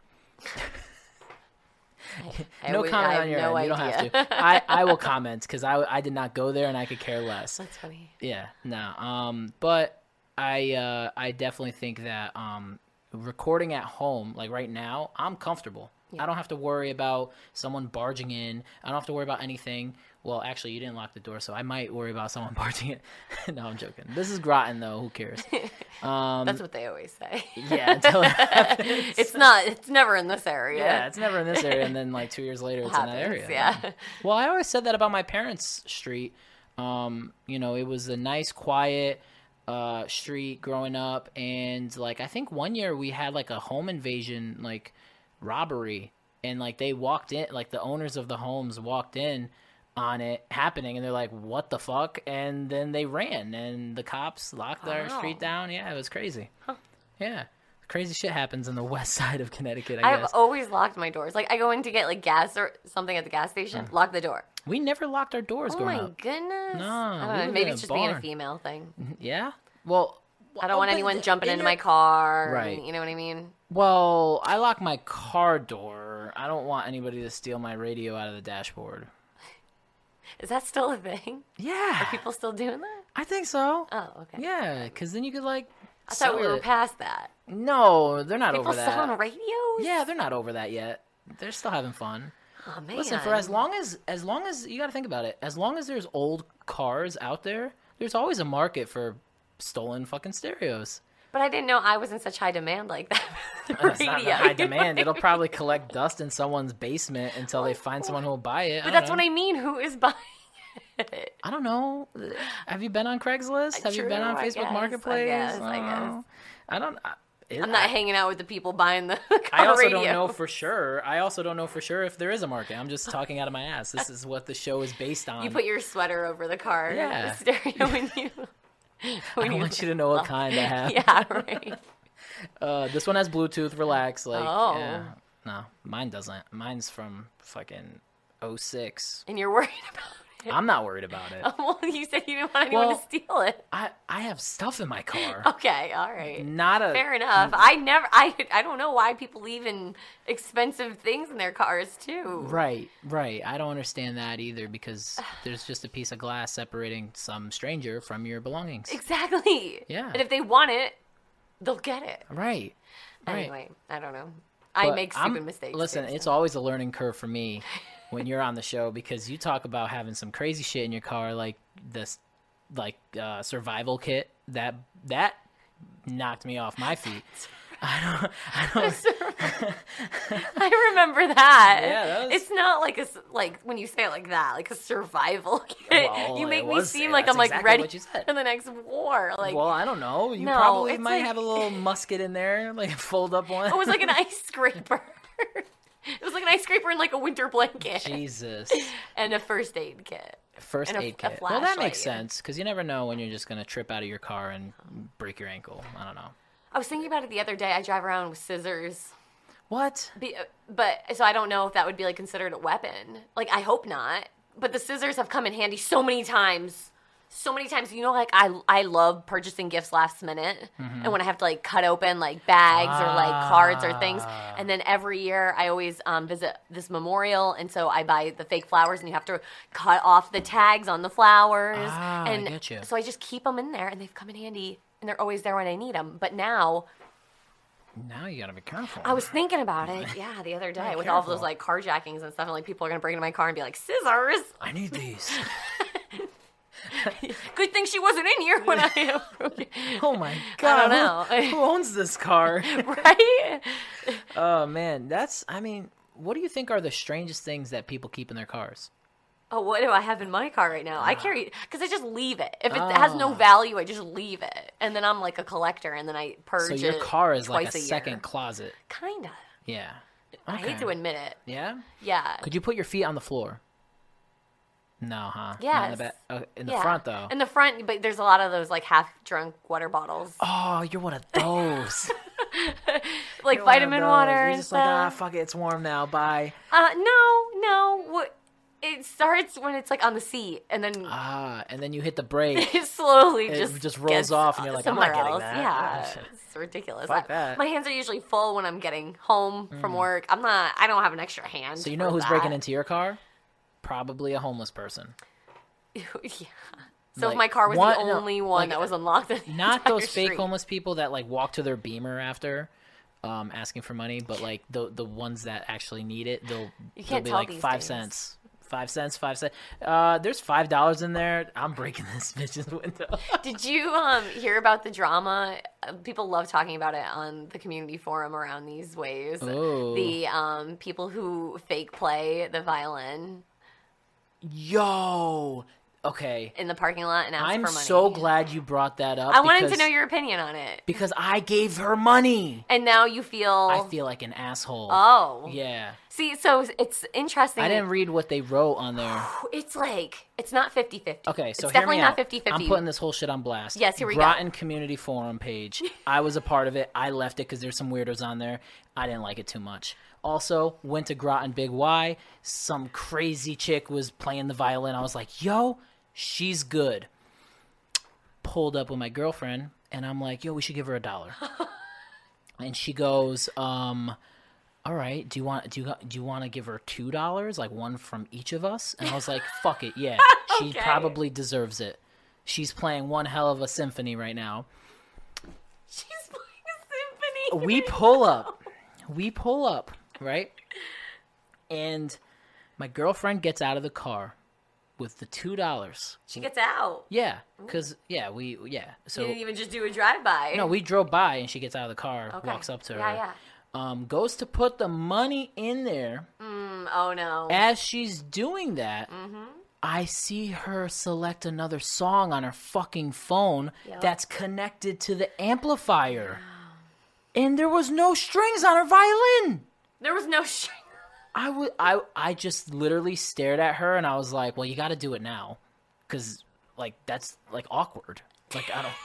Speaker 4: I
Speaker 1: no
Speaker 4: would- I
Speaker 1: comment
Speaker 4: have
Speaker 1: on your
Speaker 4: no
Speaker 1: end. You don't
Speaker 4: idea.
Speaker 1: have to. I, I will comment because I, I did not go there and I could care
Speaker 4: *laughs*
Speaker 1: less.
Speaker 4: *laughs* That's funny.
Speaker 1: Yeah, no. Um, but I uh, I definitely think that um, recording at home, like right now, I'm comfortable. I don't have to worry about someone barging in. I don't have to worry about anything. Well, actually, you didn't lock the door, so I might worry about someone *laughs* barging in. no, I'm joking. This is Groton, though. Who cares? Um,
Speaker 4: That's what they always say.
Speaker 1: yeah, until it *laughs* happens.
Speaker 4: *laughs* it's not. It's never in this area.
Speaker 1: Yeah, it's never in this area, and then like two years later, it's in that
Speaker 4: Happens,
Speaker 1: area.
Speaker 4: yeah.
Speaker 1: Well, I always said that about my parents' street. Um, you know, it was a nice, quiet uh, street growing up, and like I think one year we had like a home invasion, like robbery, and like they walked in, like the owners of the homes walked in on it happening, and they're like, "What the fuck?" And then they ran, and the cops locked our
Speaker 4: Wow.
Speaker 1: street down. Yeah, it was crazy. Yeah. Crazy shit happens on the *laughs* west side of Connecticut. I
Speaker 4: I've
Speaker 1: guess.
Speaker 4: always locked my doors. Like I go in to get like gas or something at the gas station, lock the door.
Speaker 1: We never locked our doors
Speaker 4: Oh
Speaker 1: growing
Speaker 4: my
Speaker 1: up.
Speaker 4: goodness.
Speaker 1: No,
Speaker 4: I
Speaker 1: we
Speaker 4: don't
Speaker 1: lived
Speaker 4: know, maybe
Speaker 1: in
Speaker 4: it's
Speaker 1: a
Speaker 4: just being a
Speaker 1: barn.
Speaker 4: female thing.
Speaker 1: Yeah. Well,
Speaker 4: I don't
Speaker 1: oh,
Speaker 4: want
Speaker 1: but
Speaker 4: anyone
Speaker 1: th-
Speaker 4: jumping
Speaker 1: in
Speaker 4: into
Speaker 1: your-
Speaker 4: my car.
Speaker 1: Right.
Speaker 4: and- you know what I mean?
Speaker 1: Well, I lock my car door. I don't want anybody to steal my radio out of the dashboard.
Speaker 4: Is that still a thing?
Speaker 1: Yeah,
Speaker 4: People still doing that?
Speaker 1: I think so.
Speaker 4: Oh, okay.
Speaker 1: Yeah, because then you could like.
Speaker 4: I thought we were past that.
Speaker 1: No, they're not
Speaker 4: People
Speaker 1: over that.
Speaker 4: still on radios?
Speaker 1: Yeah, they're not over that yet. They're still having fun.
Speaker 4: Oh man.
Speaker 1: Listen, for as long as as long as you got to think about it, as long as there's old cars out there, there's always a market for stolen fucking stereos.
Speaker 4: But I didn't know I was in such high demand like that. *laughs* The
Speaker 1: That's Uh, not in
Speaker 4: radio.
Speaker 1: high demand. It'll probably *laughs*
Speaker 4: Oh,
Speaker 1: collect dust in someone's basement until they find someone who will buy it.
Speaker 4: But that's what I mean. Who is buying? it?
Speaker 1: I don't know. Have you been on Craigslist? Have you been
Speaker 4: True,
Speaker 1: on
Speaker 4: I
Speaker 1: Facebook
Speaker 4: guess, I
Speaker 1: Marketplace?
Speaker 4: guess, I
Speaker 1: don't
Speaker 4: guess.
Speaker 1: know. I don't. I, it-
Speaker 4: I'm not
Speaker 1: I-
Speaker 4: hanging out with the people buying the
Speaker 1: I
Speaker 4: car
Speaker 1: also
Speaker 4: *laughs* radio.
Speaker 1: don't know for sure. I also don't know for sure if there is a market. I'm just talking out of my ass. This is what the show is based on.
Speaker 4: You put your sweater over the car
Speaker 1: Um, Yeah.
Speaker 4: *laughs* stereo when you.
Speaker 1: *laughs*
Speaker 4: When
Speaker 1: I
Speaker 4: *laughs*
Speaker 1: want you to know what kind I have.
Speaker 4: Oh, Yeah, right.
Speaker 1: Uh, this one has Bluetooth. Relax. Like,
Speaker 4: Oh.
Speaker 1: yeah. no, mine doesn't. Mine's from fucking 06.
Speaker 4: And you're worried *laughs* about it. *laughs*
Speaker 1: I'm not worried about it.
Speaker 4: well, you said you didn't want anyone
Speaker 1: Well-
Speaker 4: to steal it.
Speaker 1: I I have stuff in my
Speaker 4: *laughs*
Speaker 1: car.
Speaker 4: Okay, all right.
Speaker 1: Not a
Speaker 4: Fair enough. I never. I I don't know why people leave in expensive things in their cars too.
Speaker 1: Right, right. I don't understand that either
Speaker 4: *sighs*
Speaker 1: because there's just a piece of glass separating some stranger from your belongings.
Speaker 4: Exactly.
Speaker 1: Yeah.
Speaker 4: And if they want it, they'll get it.
Speaker 1: Right. right.
Speaker 4: Anyway, I don't know. I
Speaker 1: But
Speaker 4: make
Speaker 1: I'm-
Speaker 4: stupid mistakes.
Speaker 1: Listen,
Speaker 4: too,
Speaker 1: it's
Speaker 4: so.
Speaker 1: always a learning curve for
Speaker 4: *laughs*
Speaker 1: me when you're on the show because you talk about having some crazy shit in your car, like this, like uh, survival kit. That that knocked me off my feet. *laughs* I don't. I *laughs*
Speaker 4: *laughs*
Speaker 1: don't.
Speaker 4: I remember that.
Speaker 1: Yeah, that was-
Speaker 4: It's not like a s- like when you say it like that, like a survival *laughs* kit.
Speaker 1: Well,
Speaker 4: you
Speaker 1: it
Speaker 4: make me
Speaker 1: was-
Speaker 4: seem like
Speaker 1: that's
Speaker 4: I'm like
Speaker 1: exactly
Speaker 4: ready
Speaker 1: what you said.
Speaker 4: for the next war. Like
Speaker 1: well, I don't know. You
Speaker 4: No,
Speaker 1: probably
Speaker 4: it's
Speaker 1: might
Speaker 4: like-
Speaker 1: have a little musket in there, *laughs* like a fold
Speaker 4: *laughs*
Speaker 1: up one.
Speaker 4: it
Speaker 1: *laughs*
Speaker 4: was like an ice scraper. it was like an ice scraper and like *laughs* a winter blanket
Speaker 1: *laughs* Jesus.
Speaker 4: and a first aid kit.
Speaker 1: First
Speaker 4: And a-
Speaker 1: aid
Speaker 4: a
Speaker 1: kit. well, that
Speaker 4: flashlight,
Speaker 1: makes
Speaker 4: yeah.
Speaker 1: sense because you never know when you're just gonna trip out of your car and break your ankle. I don't know.
Speaker 4: I was thinking about it the other day. I drive around with scissors,
Speaker 1: What?
Speaker 4: Be- but so I don't know if that would be like considered a weapon. Like I hope not. But the scissors have come in handy so many times, so many times. You know, like I I love purchasing gifts last minute,
Speaker 1: Mm-hmm.
Speaker 4: and when I have to like cut open like bags or like cards or things.
Speaker 1: Ah.
Speaker 4: And then every year I always um, visit this memorial, and so I buy the fake flowers, and you have to cut off the tags on the flowers.
Speaker 1: Ah, I
Speaker 4: and
Speaker 1: get you.
Speaker 4: so I just keep them in there, and they've come in handy, and they're always there when I need them. But now.
Speaker 1: Now you gotta be careful.
Speaker 4: I was thinking about it, yeah, the other day with all of those
Speaker 1: careful.
Speaker 4: like carjackings and stuff, and like people are gonna break into my car and be like, "Scissors!
Speaker 1: I need
Speaker 4: *laughs*
Speaker 1: these. *laughs*
Speaker 4: Good thing she wasn't in here when I
Speaker 1: Oh my
Speaker 4: don't
Speaker 1: god! who-
Speaker 4: know.
Speaker 1: Who, owns this car?
Speaker 4: *laughs* right."
Speaker 1: oh man, that's. I mean, what do you think are the strangest things that people keep in their cars?
Speaker 4: Oh, what do I have in my car right now? I carry because I just leave it. If it has
Speaker 1: Oh.
Speaker 4: no value, I just leave it, and then I'm like a collector, and then I purge
Speaker 1: So your
Speaker 4: it
Speaker 1: car is
Speaker 4: twice
Speaker 1: like a,
Speaker 4: year.
Speaker 1: second closet.
Speaker 4: Kinda.
Speaker 1: Yeah.
Speaker 4: I hate
Speaker 1: Okay.
Speaker 4: to admit it.
Speaker 1: Yeah.
Speaker 4: Yeah.
Speaker 1: Could you put your feet on the floor? No, huh? Not In the,
Speaker 4: Yes.
Speaker 1: ba- uh, in the
Speaker 4: Yeah.
Speaker 1: front though.
Speaker 4: In the front, but there's a lot of those like half drunk water bottles,
Speaker 1: oh, you're one of
Speaker 4: *laughs*
Speaker 1: those. one
Speaker 4: like
Speaker 1: of
Speaker 4: vitamin
Speaker 1: those.
Speaker 4: water
Speaker 1: You're
Speaker 4: and
Speaker 1: just
Speaker 4: stuff.
Speaker 1: like, ah, fuck it, it's warm now. Bye.
Speaker 4: Uh, no, no. What? It starts when it's like on the seat, and then
Speaker 1: Ah, and then you hit the brake.
Speaker 4: *laughs* it slowly
Speaker 1: it
Speaker 4: just
Speaker 1: just rolls
Speaker 4: gets
Speaker 1: off and you're like, I'm not
Speaker 4: somewhere
Speaker 1: getting
Speaker 4: else.
Speaker 1: that. *laughs*
Speaker 4: Yeah, it's ridiculous.
Speaker 1: Fuck
Speaker 4: I-
Speaker 1: that. Mm.
Speaker 4: My hands are usually full when I'm getting home from work. I'm not. I don't have an extra hand.
Speaker 1: So you know who's breaking into your car? Probably a homeless
Speaker 4: *laughs*
Speaker 1: person.
Speaker 4: yeah. So
Speaker 1: Like,
Speaker 4: if my car was
Speaker 1: one-
Speaker 4: the
Speaker 1: no,
Speaker 4: only one
Speaker 1: like, uh,
Speaker 4: that was unlocked, on the
Speaker 1: Not those
Speaker 4: entire
Speaker 1: fake
Speaker 4: street.
Speaker 1: homeless people that like walk to their beamer after um, asking for money, but like the the ones that actually need it, they'll
Speaker 4: You
Speaker 1: they'll
Speaker 4: can't
Speaker 1: be
Speaker 4: tell
Speaker 1: like
Speaker 4: these
Speaker 1: five
Speaker 4: days.
Speaker 1: cents. Five cents, five cents. Uh, there's five dollars in there. I'm breaking *laughs* this bitch's window.
Speaker 4: *laughs* Did you um, hear about the drama? Uh, People love talking about it on the community forum around these ways.
Speaker 1: Oh.
Speaker 4: The um, people who fake play the violin
Speaker 1: Yo, okay.
Speaker 4: in the parking lot and ask
Speaker 1: I'm
Speaker 4: for money.
Speaker 1: so glad you brought that up.
Speaker 4: I wanted to
Speaker 1: because-
Speaker 4: know your opinion on it.
Speaker 1: because I gave her money.
Speaker 4: And now you feel.
Speaker 1: I feel like an asshole.
Speaker 4: Oh.
Speaker 1: yeah.
Speaker 4: See, so it's interesting.
Speaker 1: I didn't read what they wrote on there.
Speaker 4: It's like, it's not 50 50.
Speaker 1: Okay, so
Speaker 4: it's
Speaker 1: hear
Speaker 4: definitely
Speaker 1: me
Speaker 4: not
Speaker 1: out.
Speaker 4: 50
Speaker 1: I'm
Speaker 4: 50.
Speaker 1: putting this whole shit on blast.
Speaker 4: Yes, here we go.
Speaker 1: Broughton Community Forum
Speaker 4: *laughs*
Speaker 1: page. I was a part of it. I left it because there's some weirdos on there. I didn't like it too much. Also, went to Groton Big Y. Some crazy chick was playing the violin. I was like, yo, she's good. Pulled up with my girlfriend, and I'm like, yo, we should give her a dollar. and she goes, um, all right, do you want do you do you want to give her two dollars, like one from each of us? And I was
Speaker 4: *laughs*
Speaker 1: like, fuck it, yeah, she
Speaker 4: Okay.
Speaker 1: probably deserves it. She's playing one hell of a symphony right
Speaker 4: *laughs*
Speaker 1: now.
Speaker 4: *laughs* She's playing a symphony. *laughs*
Speaker 1: We pull up, we pull up, right? And my girlfriend gets out of the car with the two dollars.
Speaker 4: She gets out.
Speaker 1: Yeah, because yeah, we yeah. So
Speaker 4: You didn't even just do a drive by.
Speaker 1: No, we drove by and she gets out of the car,
Speaker 4: Okay.
Speaker 1: walks up to her,
Speaker 4: Yeah, yeah.
Speaker 1: Um, goes to put the money in there.
Speaker 4: Oh, no. Mm-hmm.
Speaker 1: As she's doing that, I see her select another song on her fucking phone that's connected to the amplifier. And there was no strings on her violin.
Speaker 4: There was no *laughs* sh-
Speaker 1: I wa- I- I just literally stared at her and I was like, well, you got to do it now. Because, like, that's, like, awkward. Like, I don't.
Speaker 4: *laughs*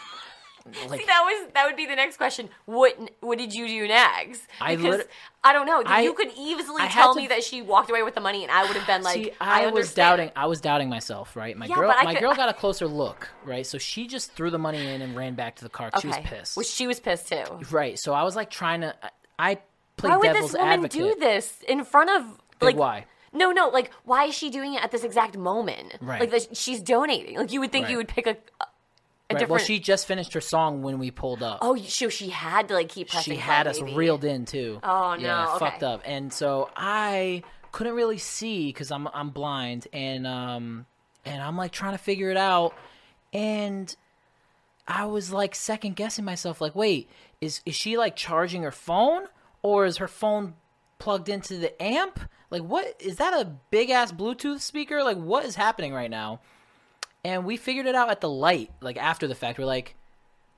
Speaker 1: Like,
Speaker 4: that was that would be the next question. What what did you do next?
Speaker 1: I
Speaker 4: Because
Speaker 1: lit-
Speaker 4: I don't know.
Speaker 1: I-
Speaker 4: you could easily
Speaker 1: I had
Speaker 4: tell
Speaker 1: to-
Speaker 4: me that she walked away with the money, and I would have been like,
Speaker 1: See, I, was
Speaker 4: understand.
Speaker 1: doubting. I was doubting myself, right? My
Speaker 4: Yeah,
Speaker 1: girl,
Speaker 4: but I
Speaker 1: my
Speaker 4: could-
Speaker 1: girl got a closer look, right? So she just threw the money in and ran back to the car. She was
Speaker 4: Okay.
Speaker 1: pissed,
Speaker 4: Well, she was pissed too.
Speaker 1: right? So I was like trying to. I, I played
Speaker 4: Why would
Speaker 1: devil's
Speaker 4: this woman
Speaker 1: advocate.
Speaker 4: do this in front of
Speaker 1: Big
Speaker 4: like
Speaker 1: why?
Speaker 4: No, no. Like, why is she doing it at this exact moment?
Speaker 1: Right.
Speaker 4: Like, that she's donating. Like, you would think
Speaker 1: Right.
Speaker 4: you would pick a, a
Speaker 1: Right?
Speaker 4: different.
Speaker 1: Well, she just finished her song when we pulled up.
Speaker 4: Oh, so she had to like keep pressing.
Speaker 1: she had
Speaker 4: play,
Speaker 1: us
Speaker 4: maybe.
Speaker 1: reeled in too.
Speaker 4: Oh,
Speaker 1: yeah,
Speaker 4: no,
Speaker 1: fucked
Speaker 4: okay.
Speaker 1: up. And so I couldn't really see because I'm I'm blind, and um and I'm like trying to figure it out, and I was like second guessing myself. Like, wait, is is she like charging her phone, or is her phone plugged into the amp? Like, what is that a big ass Bluetooth speaker? Like, what is happening right now? And we figured it out at the light, like after the fact. We're like,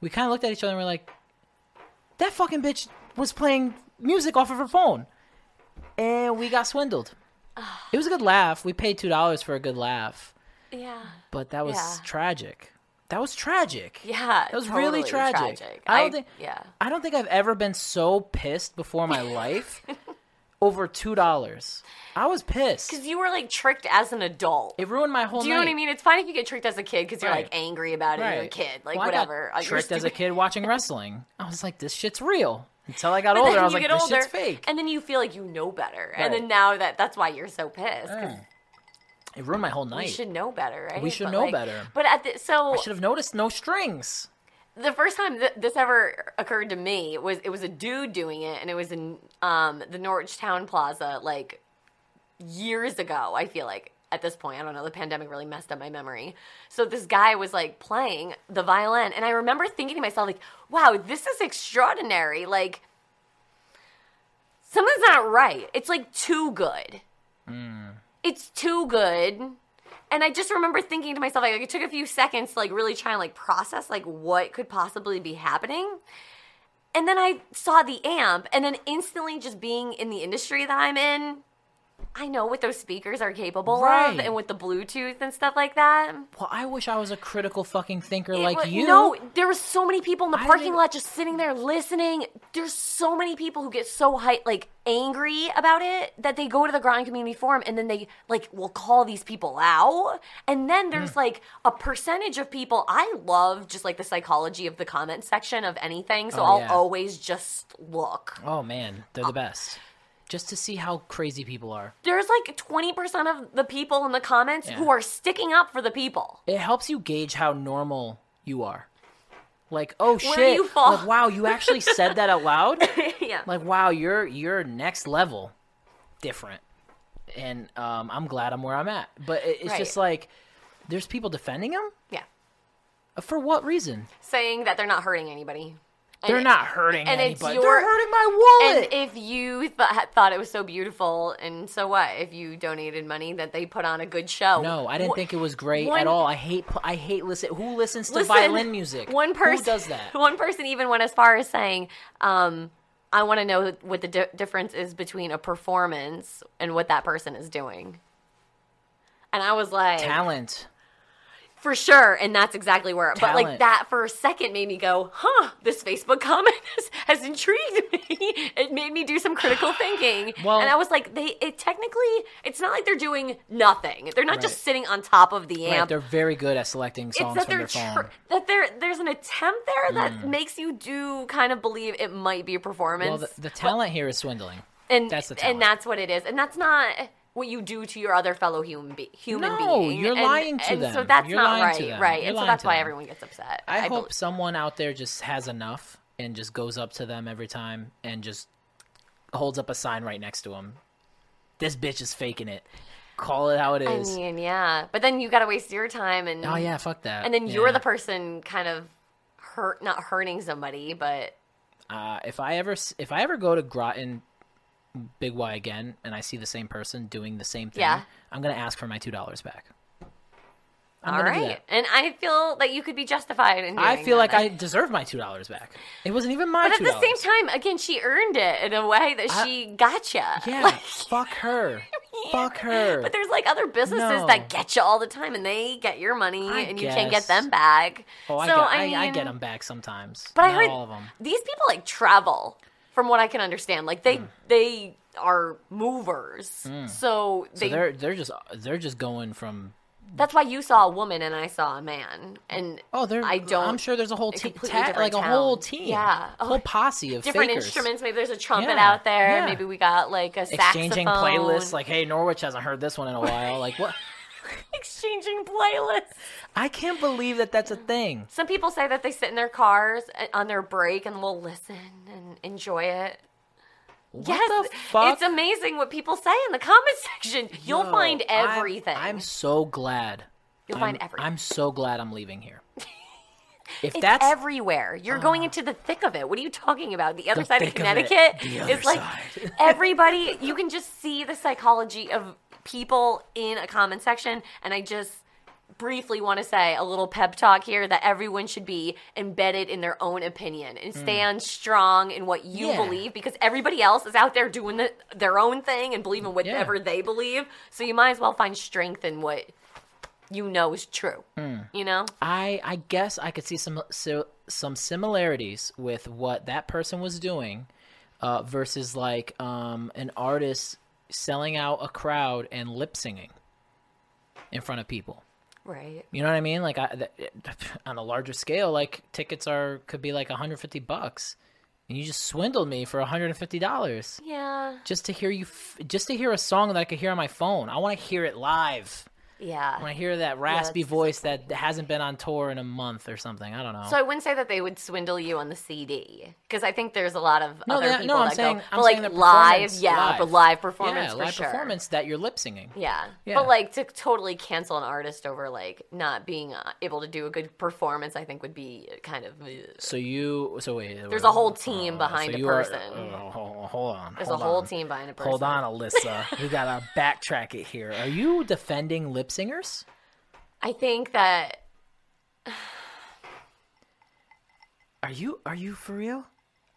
Speaker 1: we kind of looked at each other and we're like, that fucking bitch was playing music off of her phone and we got swindled
Speaker 4: Ah.
Speaker 1: it was a good laugh we paid two dollars for a good laugh
Speaker 4: Yeah.
Speaker 1: but that was
Speaker 4: Yeah.
Speaker 1: tragic that was tragic
Speaker 4: Yeah.
Speaker 1: that was
Speaker 4: totally
Speaker 1: really tragic,
Speaker 4: I,
Speaker 1: i don't think
Speaker 4: Yeah.
Speaker 1: i don't think i've ever been so pissed before
Speaker 4: *laughs*
Speaker 1: in my life over two dollars i was pissed
Speaker 4: Because you were like tricked as an adult.
Speaker 1: it ruined my whole
Speaker 4: Do you know
Speaker 1: night
Speaker 4: what I mean? It's fine if you get tricked as a kid because you're
Speaker 1: Right.
Speaker 4: like angry about it. and You're a
Speaker 1: Right.
Speaker 4: kid, like
Speaker 1: Well, I got
Speaker 4: whatever. Uh, you're
Speaker 1: tricked as a
Speaker 4: stupid.
Speaker 1: kid watching
Speaker 4: *laughs*
Speaker 1: wrestling i was like this shit's real until i got
Speaker 4: But
Speaker 1: older
Speaker 4: then
Speaker 1: i was
Speaker 4: you
Speaker 1: like
Speaker 4: get
Speaker 1: this
Speaker 4: older,
Speaker 1: shit's fake
Speaker 4: and then you feel like you know better, and
Speaker 1: Right.
Speaker 4: then now that that's why you're so pissed. 'cause
Speaker 1: it ruined my whole
Speaker 4: We
Speaker 1: night
Speaker 4: should know better, right?
Speaker 1: We should
Speaker 4: But,
Speaker 1: know
Speaker 4: like-
Speaker 1: better.
Speaker 4: But at the so
Speaker 1: I should have noticed no strings.
Speaker 4: the first time th- this ever occurred to me was it was a dude doing it, and it was in um, the Norwich Town Plaza like years ago. I feel like at this point, I don't know. The pandemic really messed up my memory. So this guy was like playing the violin, and I remember thinking to myself, like, "Wow, this is extraordinary! Like, something's not right. It's like too good. It's too good." and I just remember thinking to myself, like, it took a few seconds to like really try and like process like what could possibly be happening. And then I saw the amp, and then instantly just being in the industry that I'm in, I know what those speakers are capable of
Speaker 1: Right.
Speaker 4: and with the Bluetooth and stuff like that.
Speaker 1: Well, I wish I was a critical fucking thinker
Speaker 4: It
Speaker 1: like
Speaker 4: wa-
Speaker 1: you.
Speaker 4: No, there were so many people in the
Speaker 1: I
Speaker 4: parking
Speaker 1: didn't-
Speaker 4: lot just sitting there listening. There's so many people who get so hype, like angry about it that they go to the Groton Community Forum and then they like will call these people out. And then there's
Speaker 1: Hmm.
Speaker 4: like a percentage of people. I love just like the psychology of the comment section of anything, so
Speaker 1: Oh,
Speaker 4: I'll
Speaker 1: yeah.
Speaker 4: always just look.
Speaker 1: Oh man, they're the
Speaker 4: Uh,
Speaker 1: best. Just to see how crazy people are.
Speaker 4: There's like 20% of the people in the comments who are sticking up for the people. *laughs*
Speaker 1: It helps you gauge how normal you are. Like, oh shit.
Speaker 4: you fall.
Speaker 1: Like, wow, you actually said that out
Speaker 4: *laughs*
Speaker 1: loud?
Speaker 4: yeah.
Speaker 1: Like, wow, you're you're next level different. And um, I'm glad I'm where I'm at. But it, it's
Speaker 4: Right.
Speaker 1: just like there's people defending him?
Speaker 4: yeah.
Speaker 1: For what reason?
Speaker 4: Saying that they're not hurting anybody. And
Speaker 1: They're
Speaker 4: it-
Speaker 1: not hurting
Speaker 4: and it's
Speaker 1: anybody.
Speaker 4: your-
Speaker 1: they're hurting my wallet.
Speaker 4: And if you th- ha- thought it was so beautiful, and so what? If you donated money that they put on a good show?
Speaker 1: No, I didn't
Speaker 4: Wh-
Speaker 1: think it was great
Speaker 4: one-
Speaker 1: at all. I hate pu- I hate listen who listens to
Speaker 4: Listen,
Speaker 1: violin music.
Speaker 4: One person
Speaker 1: who does that.
Speaker 4: *laughs* One person even went as far as saying, um, "I want to know what the di- difference is between a performance and what that person is doing." And I was like,
Speaker 1: Talent.
Speaker 4: for sure, and that's exactly where. But like
Speaker 1: Talent.
Speaker 4: that for a second made me go, "Huh, this Facebook *laughs* comment has, has intrigued me." *laughs* It made me do some critical thinking,
Speaker 1: *sighs* Well-
Speaker 4: and I was like, "They it technically, it's not like they're doing nothing. They're not just
Speaker 1: Right.
Speaker 4: sitting on top of the
Speaker 1: Right,
Speaker 4: amp.
Speaker 1: they're very good at selecting
Speaker 4: it's
Speaker 1: songs
Speaker 4: that
Speaker 1: from their
Speaker 4: they're tr-
Speaker 1: phone. Mm.
Speaker 4: that there there's an attempt there that makes you do kind of believe it might be a performance.
Speaker 1: well, the, the talent here is swindling.
Speaker 4: and
Speaker 1: that's the
Speaker 4: and
Speaker 1: talent.
Speaker 4: that's what it is, and that's not." What you do to your other fellow human be- human
Speaker 1: No,
Speaker 4: being?
Speaker 1: you're
Speaker 4: And-
Speaker 1: lying to
Speaker 4: and So
Speaker 1: them.
Speaker 4: that's
Speaker 1: You're
Speaker 4: not
Speaker 1: lying to
Speaker 4: right,
Speaker 1: them.
Speaker 4: right?
Speaker 1: You're
Speaker 4: and so
Speaker 1: lying
Speaker 4: that's
Speaker 1: to
Speaker 4: why
Speaker 1: them.
Speaker 4: everyone gets upset.
Speaker 1: I, hope
Speaker 4: believe-
Speaker 1: someone out there just has enough and just goes up to them every time and just holds up a sign right next to them. This bitch is faking it. Call it how it
Speaker 4: I
Speaker 1: is.
Speaker 4: mean, yeah, but then you got to waste your time, and
Speaker 1: oh yeah, fuck that.
Speaker 4: and then you're
Speaker 1: Yeah.
Speaker 4: the person kind of hurt, not hurting somebody, but
Speaker 1: uh, if I ever s- if I ever go to Groton Big Y again and I see the same person doing the same thing,
Speaker 4: Yeah.
Speaker 1: I'm gonna ask for my two dollars back. I'm
Speaker 4: All
Speaker 1: gonna do
Speaker 4: right.
Speaker 1: that.
Speaker 4: And I feel that you could be justified in doing
Speaker 1: I feel like
Speaker 4: that.
Speaker 1: I deserve my two dollars back. It wasn't even my
Speaker 4: But at
Speaker 1: two
Speaker 4: the
Speaker 1: dollars.
Speaker 4: same time, again, she earned it in a way that
Speaker 1: I-
Speaker 4: she gotcha.
Speaker 1: yeah,
Speaker 4: *laughs* Like,
Speaker 1: fuck
Speaker 4: *laughs*
Speaker 1: her, fuck her.
Speaker 4: But there's like other businesses
Speaker 1: No.
Speaker 4: that get you all the time, and they get your money,
Speaker 1: I
Speaker 4: and you can't
Speaker 1: guess.
Speaker 4: get them back.
Speaker 1: oh, I,
Speaker 4: so
Speaker 1: get,
Speaker 4: I,
Speaker 1: I, I
Speaker 4: mean,
Speaker 1: get them back sometimes.
Speaker 4: But
Speaker 1: Not
Speaker 4: I heard
Speaker 1: all of them.
Speaker 4: these people like travel, from what I can understand. Like
Speaker 1: Hmm.
Speaker 4: they they are movers, so
Speaker 1: So
Speaker 4: they.
Speaker 1: they're they're just they're just going from
Speaker 4: that's why you saw a woman and I saw a man, and
Speaker 1: oh they're
Speaker 4: I don't.
Speaker 1: I'm sure there's a whole team
Speaker 4: completely
Speaker 1: like
Speaker 4: different
Speaker 1: a whole
Speaker 4: town.
Speaker 1: team
Speaker 4: Yeah.
Speaker 1: a
Speaker 4: Oh,
Speaker 1: whole posse of
Speaker 4: different
Speaker 1: fakers.
Speaker 4: instruments. Maybe there's a trumpet
Speaker 1: Yeah,
Speaker 4: out there.
Speaker 1: yeah.
Speaker 4: Maybe we got like a saxophone.
Speaker 1: exchanging playlists like hey norwich hasn't heard this one in a while like what
Speaker 4: exchanging playlists.
Speaker 1: i can't believe that that's a thing
Speaker 4: Some people say that they sit in their cars uh, on their break and will listen and enjoy it.
Speaker 1: what
Speaker 4: yes,
Speaker 1: the fuck
Speaker 4: it's amazing what people say in the comment *laughs* section. You'll
Speaker 1: Yo,
Speaker 4: find
Speaker 1: I'm-
Speaker 4: everything.
Speaker 1: i'm, so glad
Speaker 4: You'll
Speaker 1: I'm-
Speaker 4: find everything.
Speaker 1: i'm so glad i'm leaving
Speaker 4: *laughs*
Speaker 1: here if
Speaker 4: it's
Speaker 1: that's Ah.
Speaker 4: everywhere. You're going into the thick of it. What are you talking about? The other
Speaker 1: The
Speaker 4: side of
Speaker 1: thick of it.
Speaker 4: Connecticut
Speaker 1: The
Speaker 4: is
Speaker 1: other
Speaker 4: like
Speaker 1: side. *laughs*
Speaker 4: everybody. You can just see the psychology of people in a comment section, and I just briefly want to say a little pep talk here that everyone should be embedded in their own opinion and stand strong in what you
Speaker 1: Hmm. Yeah.
Speaker 4: believe because everybody else is out there doing the, their own thing and believing whatever they believe so you might as well find strength in what you know is true
Speaker 1: Hmm.
Speaker 4: you know
Speaker 1: I I guess I could see some si- some similarities with what that person was doing uh, versus like um, an artist selling out a crowd and lip singing in front of people.
Speaker 4: right
Speaker 1: You know what I mean? Like I, th- *laughs* on a larger scale, like tickets are could be like 150 bucks, and you just swindled me for 150 dollars
Speaker 4: yeah
Speaker 1: just to hear you, f- just to hear a song that I could hear on my phone. I want to hear it live.
Speaker 4: yeah
Speaker 1: When I hear that raspy
Speaker 4: that's
Speaker 1: voice that hasn't been on tour in a month or something, I don't know.
Speaker 4: So I wouldn't say that they would swindle you on the CD because I think there's a lot of
Speaker 1: No,
Speaker 4: other
Speaker 1: they- no,
Speaker 4: people
Speaker 1: I'm
Speaker 4: that
Speaker 1: saying-
Speaker 4: go,
Speaker 1: I'm
Speaker 4: but
Speaker 1: saying
Speaker 4: like
Speaker 1: their
Speaker 4: live,
Speaker 1: performance,
Speaker 4: yeah,
Speaker 1: live.
Speaker 4: but live performance
Speaker 1: yeah,
Speaker 4: for
Speaker 1: live
Speaker 4: sure.
Speaker 1: performance that you're lip singing.
Speaker 4: Yeah.
Speaker 1: Yeah.
Speaker 4: but like to totally cancel an artist over like not being uh, able to do a good performance, I think would be kind of. ugh.
Speaker 1: So you, so wait, wait,
Speaker 4: There's a whole team
Speaker 1: uh,
Speaker 4: behind
Speaker 1: so
Speaker 4: a
Speaker 1: you are-
Speaker 4: person.
Speaker 1: uh, hold, hold on,
Speaker 4: There's
Speaker 1: hold
Speaker 4: a whole
Speaker 1: on.
Speaker 4: team behind a person.
Speaker 1: Hold on, Alyssa. we gotta backtrack it here. Are you defending lip singers?
Speaker 4: I think that
Speaker 1: Are you? Are you for real?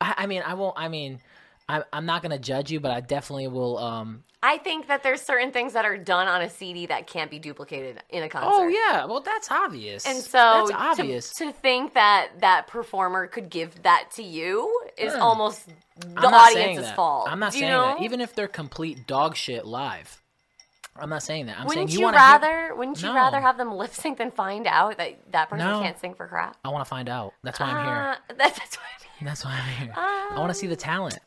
Speaker 1: I, I mean, I won't. I mean, I, I'm not gonna judge you, but I definitely will. Um.
Speaker 4: I think that there's certain things that are done on a CD that can't be duplicated in a concert.
Speaker 1: Oh yeah. Well, that's obvious.
Speaker 4: And so
Speaker 1: that's
Speaker 4: to-
Speaker 1: obvious.
Speaker 4: To, think that that performer could give that to you is
Speaker 1: Yeah.
Speaker 4: almost the
Speaker 1: Hmm. I'm not saying
Speaker 4: audience's
Speaker 1: that.
Speaker 4: fault.
Speaker 1: I'm not
Speaker 4: Do you
Speaker 1: saying
Speaker 4: know?
Speaker 1: that. Even if they're complete dog shit live, I'm not saying that. I'm
Speaker 4: wouldn't
Speaker 1: saying
Speaker 4: you,
Speaker 1: you, want to
Speaker 4: rather? Wouldn't you
Speaker 1: No.
Speaker 4: rather have them *laughs* lip sync than find out that that person
Speaker 1: No.
Speaker 4: can't sing for crap?
Speaker 1: I want to find out. That's why I'm here.
Speaker 4: *laughs* Uh, that's, that's what I
Speaker 1: *laughs*
Speaker 4: mean.
Speaker 1: That's why I'm here. I want to see the talent.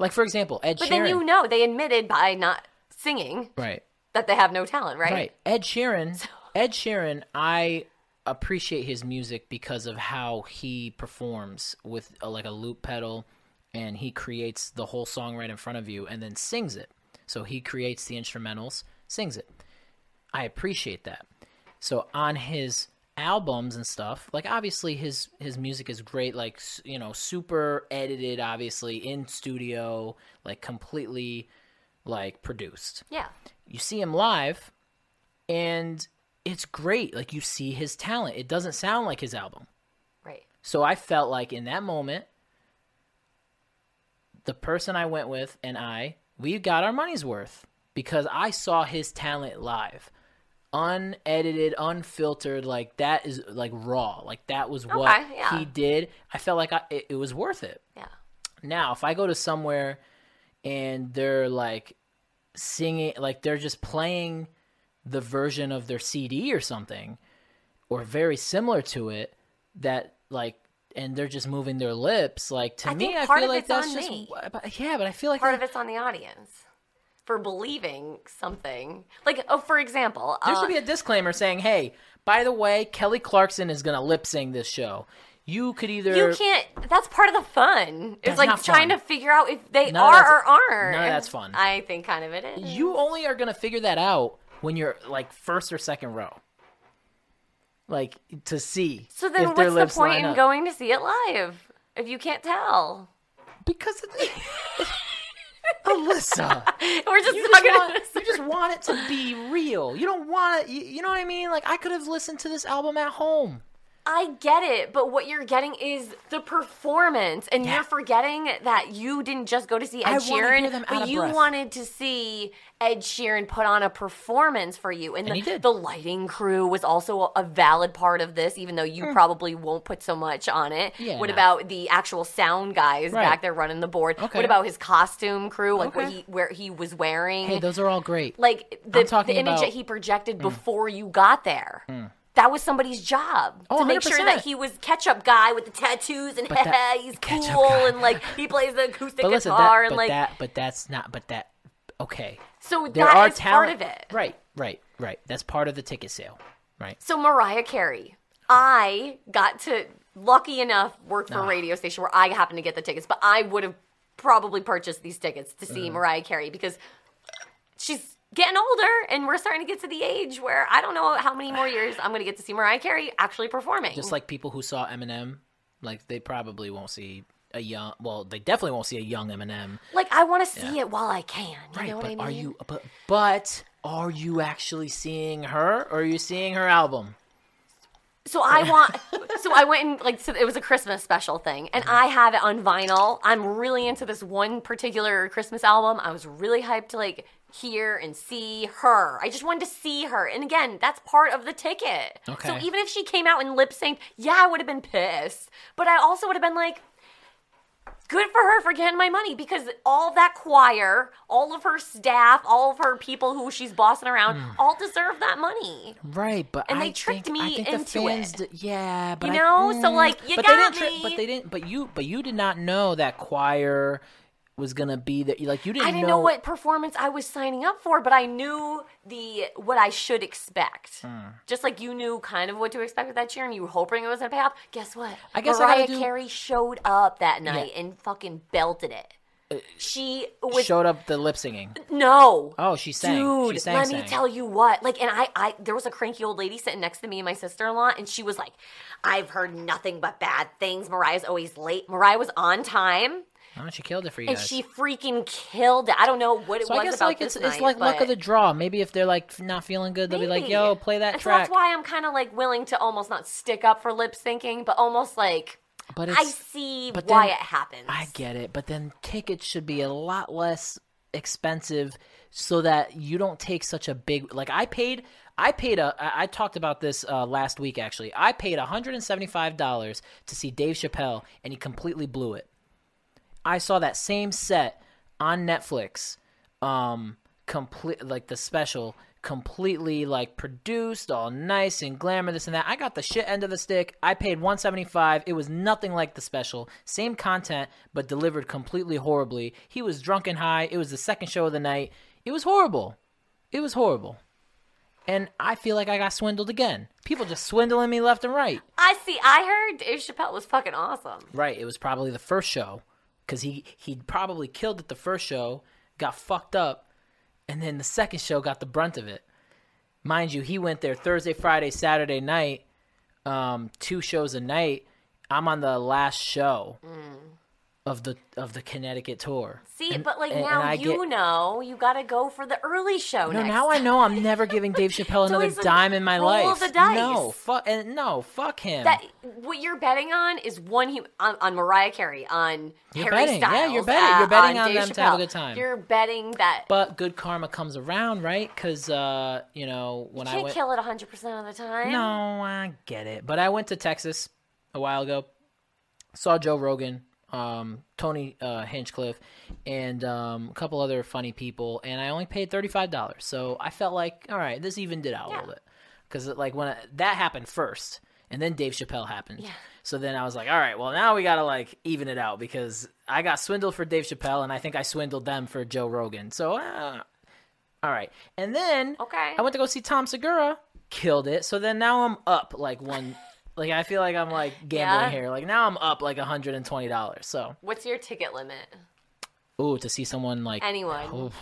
Speaker 1: Like for example, Ed
Speaker 4: But
Speaker 1: Sheeran.
Speaker 4: then you know they admitted by not singing
Speaker 1: Right.
Speaker 4: that they have no talent, right?
Speaker 1: Right. Ed Sheeran. Ed Sheeran. I appreciate his music because of how he performs with a, like a loop pedal, and he creates the whole song right in front of you, and then sings it. So he creates the instrumentals, sings it. I appreciate that. So on his albums and stuff, like obviously his his music is great, like s- you know, super edited, obviously in studio, like completely like produced
Speaker 4: Yeah.
Speaker 1: you see him live and it's great like you see his talent it doesn't sound like his album
Speaker 4: Right.
Speaker 1: so i felt like in that moment the person i went with and i we got our money's worth because i saw his talent live unedited unfiltered like that is like raw like that was what
Speaker 4: Okay, yeah.
Speaker 1: he did i felt like I, it, it was worth it
Speaker 4: Yeah.
Speaker 1: now, if I go to somewhere and they're like singing, like they're just playing the version of their CD or something, or very similar to it, that like, and they're just moving their lips, like to
Speaker 4: I
Speaker 1: me,
Speaker 4: think
Speaker 1: I
Speaker 4: part
Speaker 1: feel
Speaker 4: of
Speaker 1: like
Speaker 4: it's
Speaker 1: that's
Speaker 4: on
Speaker 1: just uh,
Speaker 4: me.
Speaker 1: but- yeah, but I feel like
Speaker 4: Part
Speaker 1: that-
Speaker 4: of it's on the audience for believing something. Like, oh, for example,
Speaker 1: there
Speaker 4: uh,
Speaker 1: should be a disclaimer saying, "Hey, by the way, Kelly Clarkson is gonna lip sing this show. You could either
Speaker 4: You can't. That's part of the fun. It's
Speaker 1: That's
Speaker 4: like
Speaker 1: not
Speaker 4: trying
Speaker 1: fun.
Speaker 4: to figure out if they
Speaker 1: None of
Speaker 4: are or
Speaker 1: that's-
Speaker 4: aren't.
Speaker 1: none of that's fun.
Speaker 4: I think kind of it is.
Speaker 1: you only are gonna figure that out when you're like first or second row like to see
Speaker 4: so then,
Speaker 1: if their
Speaker 4: what's the
Speaker 1: lips
Speaker 4: point
Speaker 1: line
Speaker 4: in
Speaker 1: up.
Speaker 4: going to see it live if you can't tell? *laughs*
Speaker 1: because it- alyssa
Speaker 4: We're just
Speaker 1: you just,
Speaker 4: *laughs* talking. *laughs*
Speaker 1: want, you just want want it to be real. You don't want it. You, you know what I mean? Like I could have listened to this album at home.
Speaker 4: I get it, but what you're getting is the performance, and
Speaker 1: Yeah.
Speaker 4: you're forgetting that you didn't just go to see Ed
Speaker 1: I wanna hear
Speaker 4: Sheeran,
Speaker 1: them out
Speaker 4: but
Speaker 1: of
Speaker 4: you
Speaker 1: breath.
Speaker 4: wanted to see Ed Sheeran put on a performance for you, and,
Speaker 1: And he
Speaker 4: the,
Speaker 1: did.
Speaker 4: the lighting crew was also a valid part of this, even though you probably won't put so much on it.
Speaker 1: Hmm. Yeah.
Speaker 4: What about the actual sound guys
Speaker 1: Right.
Speaker 4: back there running the board?
Speaker 1: Okay.
Speaker 4: What about his costume crew, like what
Speaker 1: Okay.
Speaker 4: he where he was wearing?
Speaker 1: Hey, those are all great.
Speaker 4: like the,
Speaker 1: I'm talking
Speaker 4: the image
Speaker 1: about- Mm.
Speaker 4: that he projected before you got there. That was somebody's job
Speaker 1: Oh,
Speaker 4: to make sure
Speaker 1: 100%.
Speaker 4: that he was ketchup guy with the tattoos and
Speaker 1: But that-
Speaker 4: he's
Speaker 1: ketchup
Speaker 4: cool
Speaker 1: guy.
Speaker 4: and like he plays the acoustic
Speaker 1: but listen,
Speaker 4: guitar
Speaker 1: that,
Speaker 4: and
Speaker 1: but
Speaker 4: like
Speaker 1: that, but that's not, but that, okay.
Speaker 4: so
Speaker 1: There
Speaker 4: that
Speaker 1: are
Speaker 4: is
Speaker 1: talent,
Speaker 4: part of it.
Speaker 1: right? Right? Right? That's part of the ticket sale, right?
Speaker 4: So Mariah Carey, I got to lucky enough work
Speaker 1: Ah.
Speaker 4: for a radio station where I happened to get the tickets, but I would have probably purchased these tickets to
Speaker 1: Mm.
Speaker 4: see Mariah Carey because she's getting older and we're starting to get to the age where I don't know how many more years I'm going to get to see Mariah Carey actually performing.
Speaker 1: Just like people who saw Eminem, like they probably won't see a young. Well, they definitely won't see a young Eminem.
Speaker 4: Like I want to see it while I can. You know what
Speaker 1: but
Speaker 4: I mean?
Speaker 1: are you? But, but are you actually seeing her, or are you seeing her album?
Speaker 4: So I want. so I went and like so it was a Christmas special thing, and I have it on vinyl. I'm really into this one particular Christmas album. I was really hyped to like hear and see her. I just wanted to see her, and again, that's part of the ticket.
Speaker 1: Okay.
Speaker 4: So even if she came out and lip synced, yeah, I would have been pissed, but I also would have been like. Good for her for getting my money because all that choir, all of her staff, all of her people who she's bossing around, all deserve that money.
Speaker 1: Right, but
Speaker 4: And
Speaker 1: I
Speaker 4: they tricked
Speaker 1: think, I
Speaker 4: me
Speaker 1: think the
Speaker 4: into
Speaker 1: fans
Speaker 4: it.
Speaker 1: Did, yeah, but
Speaker 4: You
Speaker 1: I-
Speaker 4: know? So,
Speaker 1: mm,
Speaker 4: like, you
Speaker 1: but they
Speaker 4: got
Speaker 1: didn't trick- but
Speaker 4: me.
Speaker 1: they didn't. But you, but you did not know that choir was gonna be there. Like you didn't.
Speaker 4: I didn't know what performance I was signing up for, but I knew the what I should expect.
Speaker 1: Hmm.
Speaker 4: Just like you knew kind of what to expect with that cheer, and you were hoping it was gonna pay off. Guess what?
Speaker 1: I guess I gotta
Speaker 4: Mariah
Speaker 1: do-
Speaker 4: Carey showed up that night
Speaker 1: Yeah. Uh,
Speaker 4: and fucking belted it. she was
Speaker 1: showed up the lip singing.
Speaker 4: no.
Speaker 1: Oh, she sang.
Speaker 4: Dude,
Speaker 1: she sang,
Speaker 4: let
Speaker 1: sang.
Speaker 4: me tell you what. Like, and I, I, there was a cranky old lady sitting next to me and my sister in law, and she was like, "I've heard nothing but bad things. Mariah's always late. Mariah was on time."
Speaker 1: Oh, she killed it for you
Speaker 4: And
Speaker 1: guys.
Speaker 4: she freaking killed it. I don't know what it
Speaker 1: so
Speaker 4: was
Speaker 1: I guess
Speaker 4: about
Speaker 1: like it's
Speaker 4: this
Speaker 1: it's
Speaker 4: night,
Speaker 1: like luck of
Speaker 4: but-
Speaker 1: the draw. Maybe if they're like f- not feeling good, they'll be like,
Speaker 4: Maybe.
Speaker 1: "Yo, play that
Speaker 4: and So
Speaker 1: track."
Speaker 4: that's why I'm kind of like willing to almost not stick up for lip syncing, but almost like
Speaker 1: but
Speaker 4: I
Speaker 1: it's,
Speaker 4: see
Speaker 1: but
Speaker 4: why it
Speaker 1: then-
Speaker 4: happens.
Speaker 1: I get it, but then tickets should be a lot less expensive so that you don't take such a big like I paid I paid a I I talked about this uh, last week actually. I paid $175 to see Dave Chappelle and he completely blew it. I saw that same set on Netflix um complete like the special completely like produced all nice and glamour this and that i got the shit end of the stick i paid 175 it was nothing like the special same content but delivered completely horribly he was drunk and high it was the second show of the night it was horrible it was horrible and i feel like i got swindled again people just swindling me left and right
Speaker 4: I see. I heard Dave Chappelle was fucking awesome.
Speaker 1: Right. It was probably the first show because he he probably killed it the first show, got fucked up, and then the second show got the brunt of it. Mind you, he went there Thursday, Friday, Saturday night, um, two shows a night. I'm on the last show
Speaker 4: Mm.
Speaker 1: of the of the Connecticut tour.
Speaker 4: See, but like
Speaker 1: and- and
Speaker 4: now
Speaker 1: I
Speaker 4: you
Speaker 1: get-
Speaker 4: know you got to go for the early show.
Speaker 1: No,
Speaker 4: next.
Speaker 1: now I know I'm never giving
Speaker 4: *laughs*
Speaker 1: Dave Chappelle another
Speaker 4: always a
Speaker 1: dime in my
Speaker 4: roll
Speaker 1: life.
Speaker 4: of the dice.
Speaker 1: No, fuck, and no, fuck him.
Speaker 4: that what you're betting on is one hu- on, on Mariah Carey on
Speaker 1: You're
Speaker 4: Harry
Speaker 1: betting. Yeah,
Speaker 4: Styles. uh,
Speaker 1: you're betting- you're betting on
Speaker 4: Dave
Speaker 1: them to have a
Speaker 4: Chappelle.
Speaker 1: good time.
Speaker 4: You're betting that
Speaker 1: but good karma comes around, right? Because uh, you know when
Speaker 4: you
Speaker 1: I
Speaker 4: can't
Speaker 1: went,
Speaker 4: kill it 100 percent of the time.
Speaker 1: No, I get it. But I went to Texas a while ago, saw Joe Rogan, um, Tony uh, Hinchcliffe, and um, a couple other funny people, and I only paid thirty five dollars. So I felt like, all right, this evened it out a
Speaker 4: Yeah.
Speaker 1: little bit, because like when I, that happened first, and then Dave Chappelle happened.
Speaker 4: Yeah.
Speaker 1: So then I was like, all right, well now we gotta like even it out because I got swindled for Dave Chappelle, and I think I swindled them for Joe Rogan. So. Uh, all right. And then
Speaker 4: Okay.
Speaker 1: I went to go see Tom Segura, killed it. So then now I'm up like one like I feel like I'm
Speaker 4: *laughs*
Speaker 1: like gambling
Speaker 4: Yeah.
Speaker 1: here. Like now I'm up like $120. So,
Speaker 4: What's your ticket limit?
Speaker 1: ooh, to see someone like *sighs* Oh.
Speaker 4: Anyone?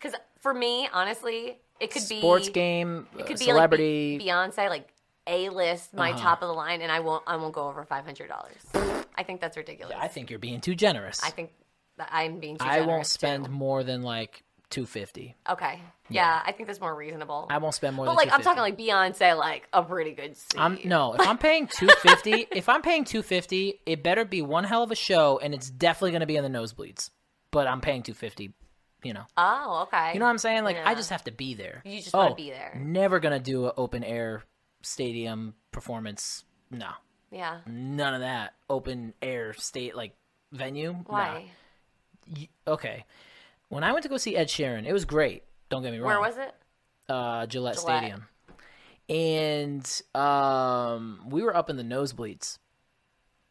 Speaker 4: Because for me, honestly, it could be
Speaker 1: sports game,
Speaker 4: It could be
Speaker 1: celebrity. Uh-huh.
Speaker 4: like Be- Beyonce, like A list, my top of the line, and I won't I won't go over five hundred dollars. I think that's ridiculous.
Speaker 1: I think you're being too generous.
Speaker 4: I think that I'm being. Too
Speaker 1: I won't
Speaker 4: generous,
Speaker 1: spend
Speaker 4: too.
Speaker 1: more than like 250
Speaker 4: Okay. Yeah, I think that's more reasonable.
Speaker 1: i won't spend more
Speaker 4: but
Speaker 1: than
Speaker 4: like I'm
Speaker 1: 250.
Speaker 4: talking like Beyonce, like a pretty good seat.
Speaker 1: I'm no. If I'm paying two fifty, *laughs* if I'm paying two fifty, it better be one hell of a show, and it's definitely going to be in the nosebleeds. But I'm paying two fifty. You know,
Speaker 4: Oh, okay.
Speaker 1: you know what I'm saying? Like I
Speaker 4: Yeah.
Speaker 1: just have to be there.
Speaker 4: You just wanna
Speaker 1: Oh,
Speaker 4: be there.
Speaker 1: Never going to do an open air stadium performance. No,
Speaker 4: Yeah.
Speaker 1: none of that. Open air state like venue. Nah.
Speaker 4: Why?
Speaker 1: Y- Okay. When I went to go see Ed Sheeran, it was great. Don't get me wrong
Speaker 4: Where was it?
Speaker 1: uh, Gillette,
Speaker 4: Gillette.
Speaker 1: Stadium, and um, we were up in the nosebleeds,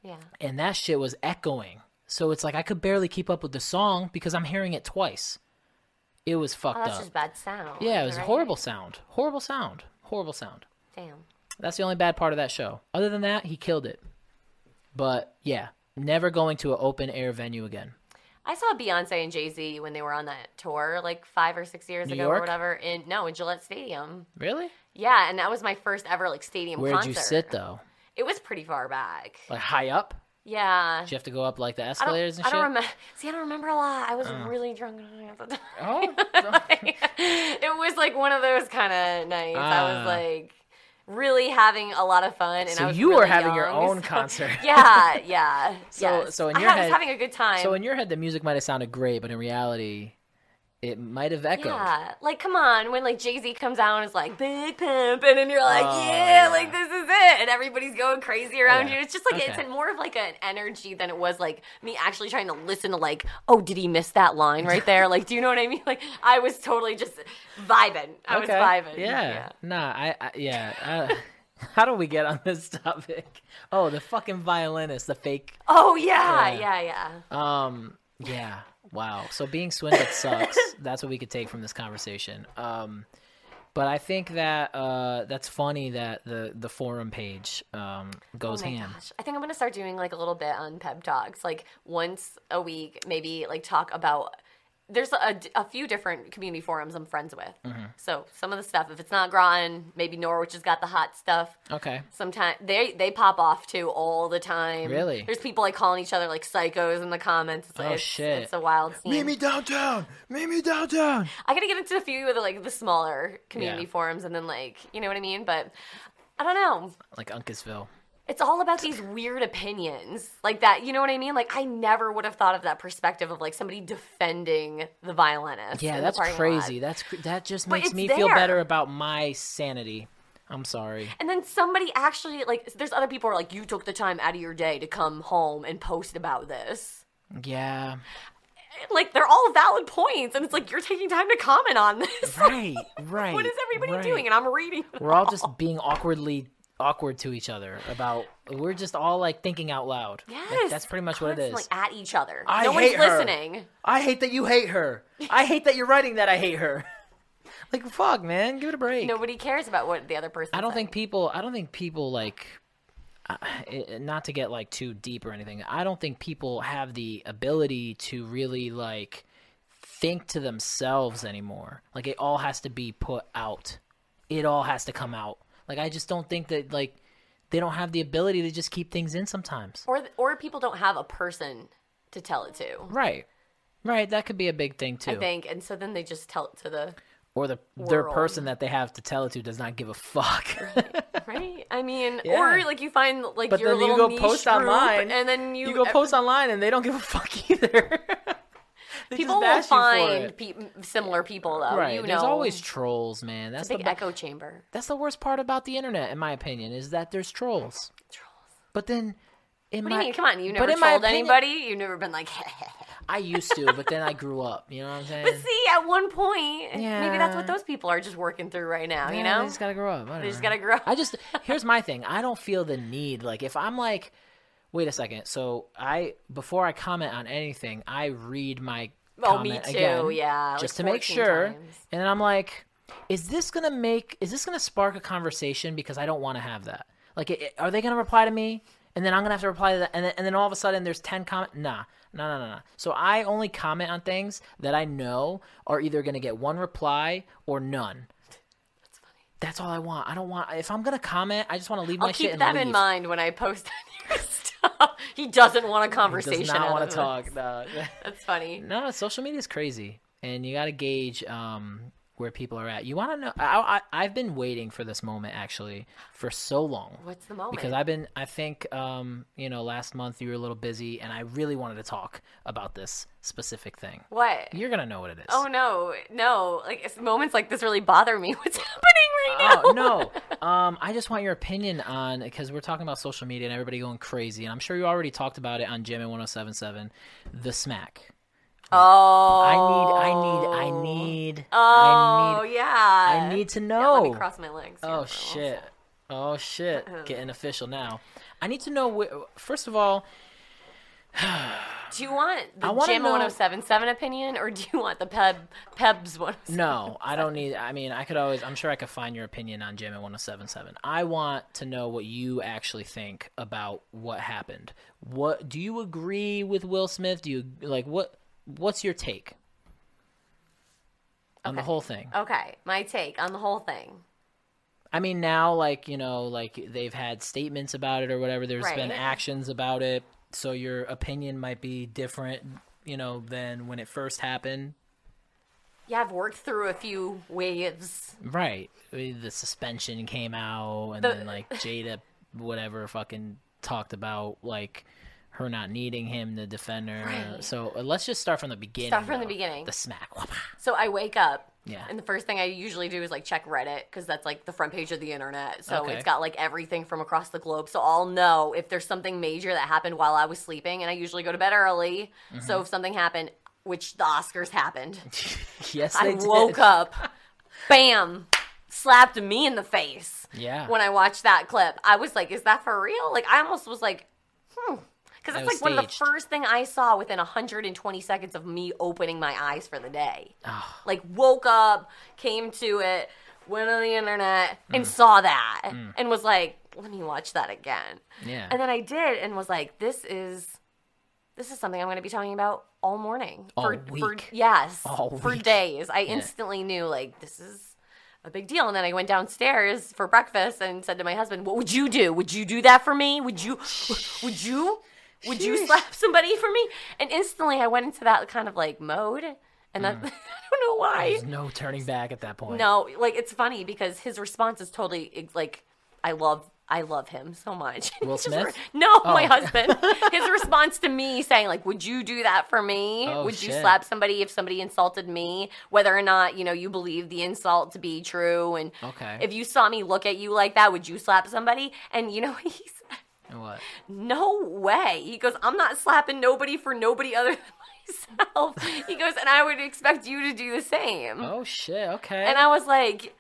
Speaker 4: Yeah.
Speaker 1: and that shit was echoing. So it's like I could barely keep up with the song because I'm hearing it twice. It was fucked
Speaker 4: Oh, that's
Speaker 1: up.
Speaker 4: just bad sound.
Speaker 1: yeah, it was
Speaker 4: right?
Speaker 1: horrible sound. Horrible sound. Horrible sound.
Speaker 4: Damn.
Speaker 1: That's the only bad part of that show. Other than that, he killed it. But yeah, never going to an open air venue again.
Speaker 4: I saw Beyonce and Jay Z when they were on that tour like five or six years
Speaker 1: New
Speaker 4: ago
Speaker 1: York?
Speaker 4: or whatever. In no, in Gillette Stadium.
Speaker 1: Really?
Speaker 4: Yeah, and that was my first ever like stadium
Speaker 1: Where'd
Speaker 4: concert.
Speaker 1: you sit though?
Speaker 4: It was pretty far back.
Speaker 1: Like high up?
Speaker 4: Yeah.
Speaker 1: Did you have to go up like the
Speaker 4: I don't,
Speaker 1: escalators and
Speaker 4: I don't
Speaker 1: shit?
Speaker 4: *laughs*
Speaker 1: Uh.
Speaker 4: remember. See, I don't remember a lot. I was really drunk at the time. *laughs*
Speaker 1: Oh,
Speaker 4: it was like one of those kind of nights. I
Speaker 1: Ah.
Speaker 4: was like really having a lot of fun, and
Speaker 1: So
Speaker 4: I was
Speaker 1: you were
Speaker 4: really
Speaker 1: having your
Speaker 4: young,
Speaker 1: own
Speaker 4: *laughs* so-
Speaker 1: concert.
Speaker 4: Yeah, yeah.
Speaker 1: *laughs* So-
Speaker 4: yes.
Speaker 1: so in
Speaker 4: I
Speaker 1: your
Speaker 4: ha- was
Speaker 1: head-
Speaker 4: having a good time.
Speaker 1: So in your head, the music might have sounded great, but in reality, it might have echoed.
Speaker 4: yeah, like come on, when like Jay Z comes out and is like big pimp, and then you're like,
Speaker 1: Oh,
Speaker 4: yeah,
Speaker 1: yeah.
Speaker 4: like this is it, and everybody's going crazy around
Speaker 1: Yeah.
Speaker 4: you. It's just like it's
Speaker 1: Okay.
Speaker 4: in more of like an energy than it was like me actually trying to listen to like, oh, did he miss that line right there? Like, do you know what I mean? *laughs* Like, I was totally just vibing. I was vibing.
Speaker 1: Yeah. Nah. I. I yeah. Uh, *laughs* how do we get on this *laughs* topic? Oh, the fucking violinist, the fake.
Speaker 4: Oh yeah,
Speaker 1: Yeah.
Speaker 4: yeah, yeah.
Speaker 1: Um. Yeah. Wow. So being swindled
Speaker 4: *laughs*
Speaker 1: sucks. That's what we could take from this conversation. Um. But I think that uh, that's funny that the the forum page um, goes
Speaker 4: Oh my
Speaker 1: ham.
Speaker 4: gosh. I think I'm gonna start doing like a little bit on pep talks, like once a week, maybe like talk about. There's a, a few different community forums I'm friends with,
Speaker 1: Mm-hmm.
Speaker 4: so some of the stuff. If it's not Groton, maybe Norwich has got the hot stuff.
Speaker 1: Okay.
Speaker 4: Sometimes they they pop off too all the time.
Speaker 1: Really?
Speaker 4: There's people like calling each other like psychos in the comments. It's,
Speaker 1: Oh,
Speaker 4: it's,
Speaker 1: shit.
Speaker 4: It's a wild scene.
Speaker 1: downtown. Meet me downtown.
Speaker 4: I gotta get into a few of the like the smaller community
Speaker 1: Yeah.
Speaker 4: forums, and then like you know what I mean. But I don't know.
Speaker 1: Like Uncasville.
Speaker 4: it's all about these weird opinions like that you know what i mean like i never would have thought of that perspective of like somebody defending the violinist in
Speaker 1: Yeah,
Speaker 4: the
Speaker 1: that's
Speaker 4: parking lot.
Speaker 1: crazy. That's cr- that just makes
Speaker 4: it's
Speaker 1: me feel better
Speaker 4: there.
Speaker 1: about my sanity. I'm sorry.
Speaker 4: and then somebody actually like there's other people who are like you took the time out of your day to come home and post about this *laughs*
Speaker 1: Yeah,
Speaker 4: like they're all valid points and it's like you're taking time to comment on this
Speaker 1: right, right.
Speaker 4: what is everybody
Speaker 1: right.
Speaker 4: doing and i'm reading it
Speaker 1: We're all just being awkwardly awkward to each other about. We're just all like thinking out loud. Like,
Speaker 4: Yes,
Speaker 1: that's pretty much what it
Speaker 4: constantly
Speaker 1: is.
Speaker 4: at each other
Speaker 1: I
Speaker 4: no
Speaker 1: hate
Speaker 4: one's
Speaker 1: her.
Speaker 4: listening
Speaker 1: I hate that you hate her. I hate that you're writing that. I hate her. *laughs* like fuck, man. Give it a break.
Speaker 4: nobody cares about what the other person
Speaker 1: I don't think people. I don't think people like. I- I- Not to get like too deep or anything. I don't think people have the ability to really like think to themselves anymore. Like it all has to be put out. It all has to come out. Like I just don't think that like they don't have the ability to just keep things in sometimes.
Speaker 4: or or people don't have a person to tell it to
Speaker 1: Right. Right, that could be a big thing too.
Speaker 4: I think, and so then they just tell it to the
Speaker 1: or the their
Speaker 4: World.
Speaker 1: person that they have to tell it to does not give a fuck.
Speaker 4: *laughs* right. I mean,
Speaker 1: *laughs* Yeah.
Speaker 4: or like you find like
Speaker 1: but
Speaker 4: your
Speaker 1: then you go
Speaker 4: little niche
Speaker 1: post
Speaker 4: group,
Speaker 1: online
Speaker 4: and then you,
Speaker 1: go post online and they don't give a *laughs* fuck either *laughs* They
Speaker 4: People will
Speaker 1: just bash you for
Speaker 4: find
Speaker 1: it.
Speaker 4: pe- similar people though.
Speaker 1: right
Speaker 4: You know,
Speaker 1: there's always trolls man that's the
Speaker 4: big
Speaker 1: ba-
Speaker 4: echo chamber.
Speaker 1: that's the worst part about the internet in my opinion is that there's trolls
Speaker 4: Trolls.
Speaker 1: but then in
Speaker 4: What
Speaker 1: my
Speaker 4: do you mean? Come on, you
Speaker 1: but
Speaker 4: never
Speaker 1: in my
Speaker 4: told
Speaker 1: opinion-
Speaker 4: anybody. You've never been like. *laughs*
Speaker 1: i used to but then i grew up you know what i'm saying
Speaker 4: but see, at one point, maybe that's
Speaker 1: Yeah.
Speaker 4: what those people are just working through right now.
Speaker 1: Yeah,
Speaker 4: you know,
Speaker 1: they just gotta grow up I
Speaker 4: They just
Speaker 1: dunno.
Speaker 4: gotta grow.
Speaker 1: I
Speaker 4: *laughs*
Speaker 1: just here's my thing. I don't feel the need. Like if I'm like, wait a second. So I before I comment on anything, I read my
Speaker 4: Oh, me
Speaker 1: comment
Speaker 4: too,
Speaker 1: again,
Speaker 4: yeah, like
Speaker 1: just to make
Speaker 4: 14
Speaker 1: sure.
Speaker 4: times.
Speaker 1: And then I'm like, is this gonna make? Is this gonna spark a conversation? Because I don't want to have that. Like, it, it- are they gonna reply to me? And then I'm gonna have to reply to that. And then, and then all of a sudden there's ten comment. Nah, no, no, no, no. So I only comment on things that I know are either gonna get one reply or none. That's all I want. I don't want. If I'm gonna comment, I just want to leave my
Speaker 4: I'll
Speaker 1: shit
Speaker 4: keep
Speaker 1: and
Speaker 4: that
Speaker 1: leave.
Speaker 4: in mind when I post *laughs* on your stuff. He doesn't want a
Speaker 1: Does
Speaker 4: conversation.
Speaker 1: not
Speaker 4: out
Speaker 1: want
Speaker 4: of
Speaker 1: to
Speaker 4: it.
Speaker 1: talk. No. *laughs*
Speaker 4: That's funny.
Speaker 1: no, social media is crazy, and you got to gauge um, where people are at. You want to know? I, I, I've been waiting for this moment actually for so long.
Speaker 4: What's the moment?
Speaker 1: Because I've been, I think, um, you know, last month you were a little busy, and I really wanted to talk about this specific thing.
Speaker 4: what?
Speaker 1: You're gonna know what it is.
Speaker 4: Oh no, no! Like it's moments like this really bother me. *laughs* What's happening right now? *laughs*
Speaker 1: Oh, no. Um, I just want your opinion on because we're talking about social media and everybody going crazy, and I'm sure you already talked about it on Jam and 107.7, the smack.
Speaker 4: Oh,
Speaker 1: I need, I need, I need,
Speaker 4: Oh
Speaker 1: I need,
Speaker 4: yeah,
Speaker 1: I need to
Speaker 4: Yeah,
Speaker 1: know.
Speaker 4: let me cross my legs. Yeah,
Speaker 1: Oh
Speaker 4: for
Speaker 1: shit! Oh shit! Getting official now. I need to know. Wh- first of all,
Speaker 4: once. Do you want the
Speaker 1: I wanna
Speaker 4: Jam
Speaker 1: know-
Speaker 4: 1077 opinion or do you want the Peb Pebs one? oh *laughs*
Speaker 1: no, I don't need. I mean, I could always. I'm sure I could find your opinion on Jam at 107.7. I want to know what you actually think about what happened. What do you agree with Will Smith? Do you like what? What's your take on the whole thing?
Speaker 4: Okay, my take on the whole thing.
Speaker 1: I mean, now like you know, like they've had statements about it or whatever. There's been
Speaker 4: Right.
Speaker 1: actions about it, so your opinion might be different, you know, than when it first happened.
Speaker 4: Yeah, I've worked through a few waves.
Speaker 1: Right. I mean, The suspension came out, and then like Jada, whatever, fucking talked about like her not needing him to defend her.
Speaker 4: Right.
Speaker 1: So uh, let's just start from the beginning.
Speaker 4: Start from the
Speaker 1: though.
Speaker 4: beginning.
Speaker 1: The smack. *laughs*
Speaker 4: So I wake up.
Speaker 1: Yeah.
Speaker 4: And the first thing I usually do is like check Reddit because that's like the front page of the internet. So
Speaker 1: Okay.
Speaker 4: it's got like everything from across the globe. So I'll know if there's something major that happened while I was sleeping. And I usually go to bed early.
Speaker 1: Mm-hmm.
Speaker 4: So if something happened, which the Oscars happened,
Speaker 1: yes, *laughs*
Speaker 4: I
Speaker 1: they did.
Speaker 4: woke up, bam, slapped me in the face.
Speaker 1: Yeah.
Speaker 4: When I watched that clip, I was like, is that for real? Like, I almost was like, hmm. Because
Speaker 1: That
Speaker 4: it's like
Speaker 1: was
Speaker 4: one of the
Speaker 1: staged.
Speaker 4: first thing I saw within 120 seconds of me opening my eyes for the day.
Speaker 1: Oh,
Speaker 4: Like, woke up, came to it, went on the internet,
Speaker 1: Mm.
Speaker 4: and saw that, and was like, let me watch that again.
Speaker 1: yeah.
Speaker 4: And then I did and was like, this is this is something I'm going to be talking about all morning.
Speaker 1: All
Speaker 4: for, For,
Speaker 1: week.
Speaker 4: yes.
Speaker 1: All
Speaker 4: for
Speaker 1: week.
Speaker 4: days. I instantly knew like this is a big deal. And then I went downstairs for breakfast and said to my husband, "What would you do? Would you do that for me? Would you would you would you
Speaker 1: Sheesh.
Speaker 4: slap somebody for me?" And instantly I went into that kind of like mode and that, I *laughs* don't know why.
Speaker 1: There's no turning back at that point.
Speaker 4: No, like it's funny because his response is totally it's like, "I love, I love him so much." *laughs*
Speaker 1: Will
Speaker 4: Just
Speaker 1: Smith?
Speaker 4: no,
Speaker 1: Oh. *laughs*
Speaker 4: my husband. his response to me saying like, "Would you do that for me?
Speaker 1: Oh,
Speaker 4: Would you
Speaker 1: shit.
Speaker 4: slap somebody if somebody insulted me? Whether or not you know you believe the insult to be true, and
Speaker 1: Okay.
Speaker 4: if you saw me look at you like that, would you slap somebody?" And you know *laughs* he said,
Speaker 1: And What?
Speaker 4: no way. He goes, I'm not slapping nobody for nobody other than *laughs* myself. He goes, and I would expect you to do the same.
Speaker 1: Oh shit. Okay.
Speaker 4: And I was like,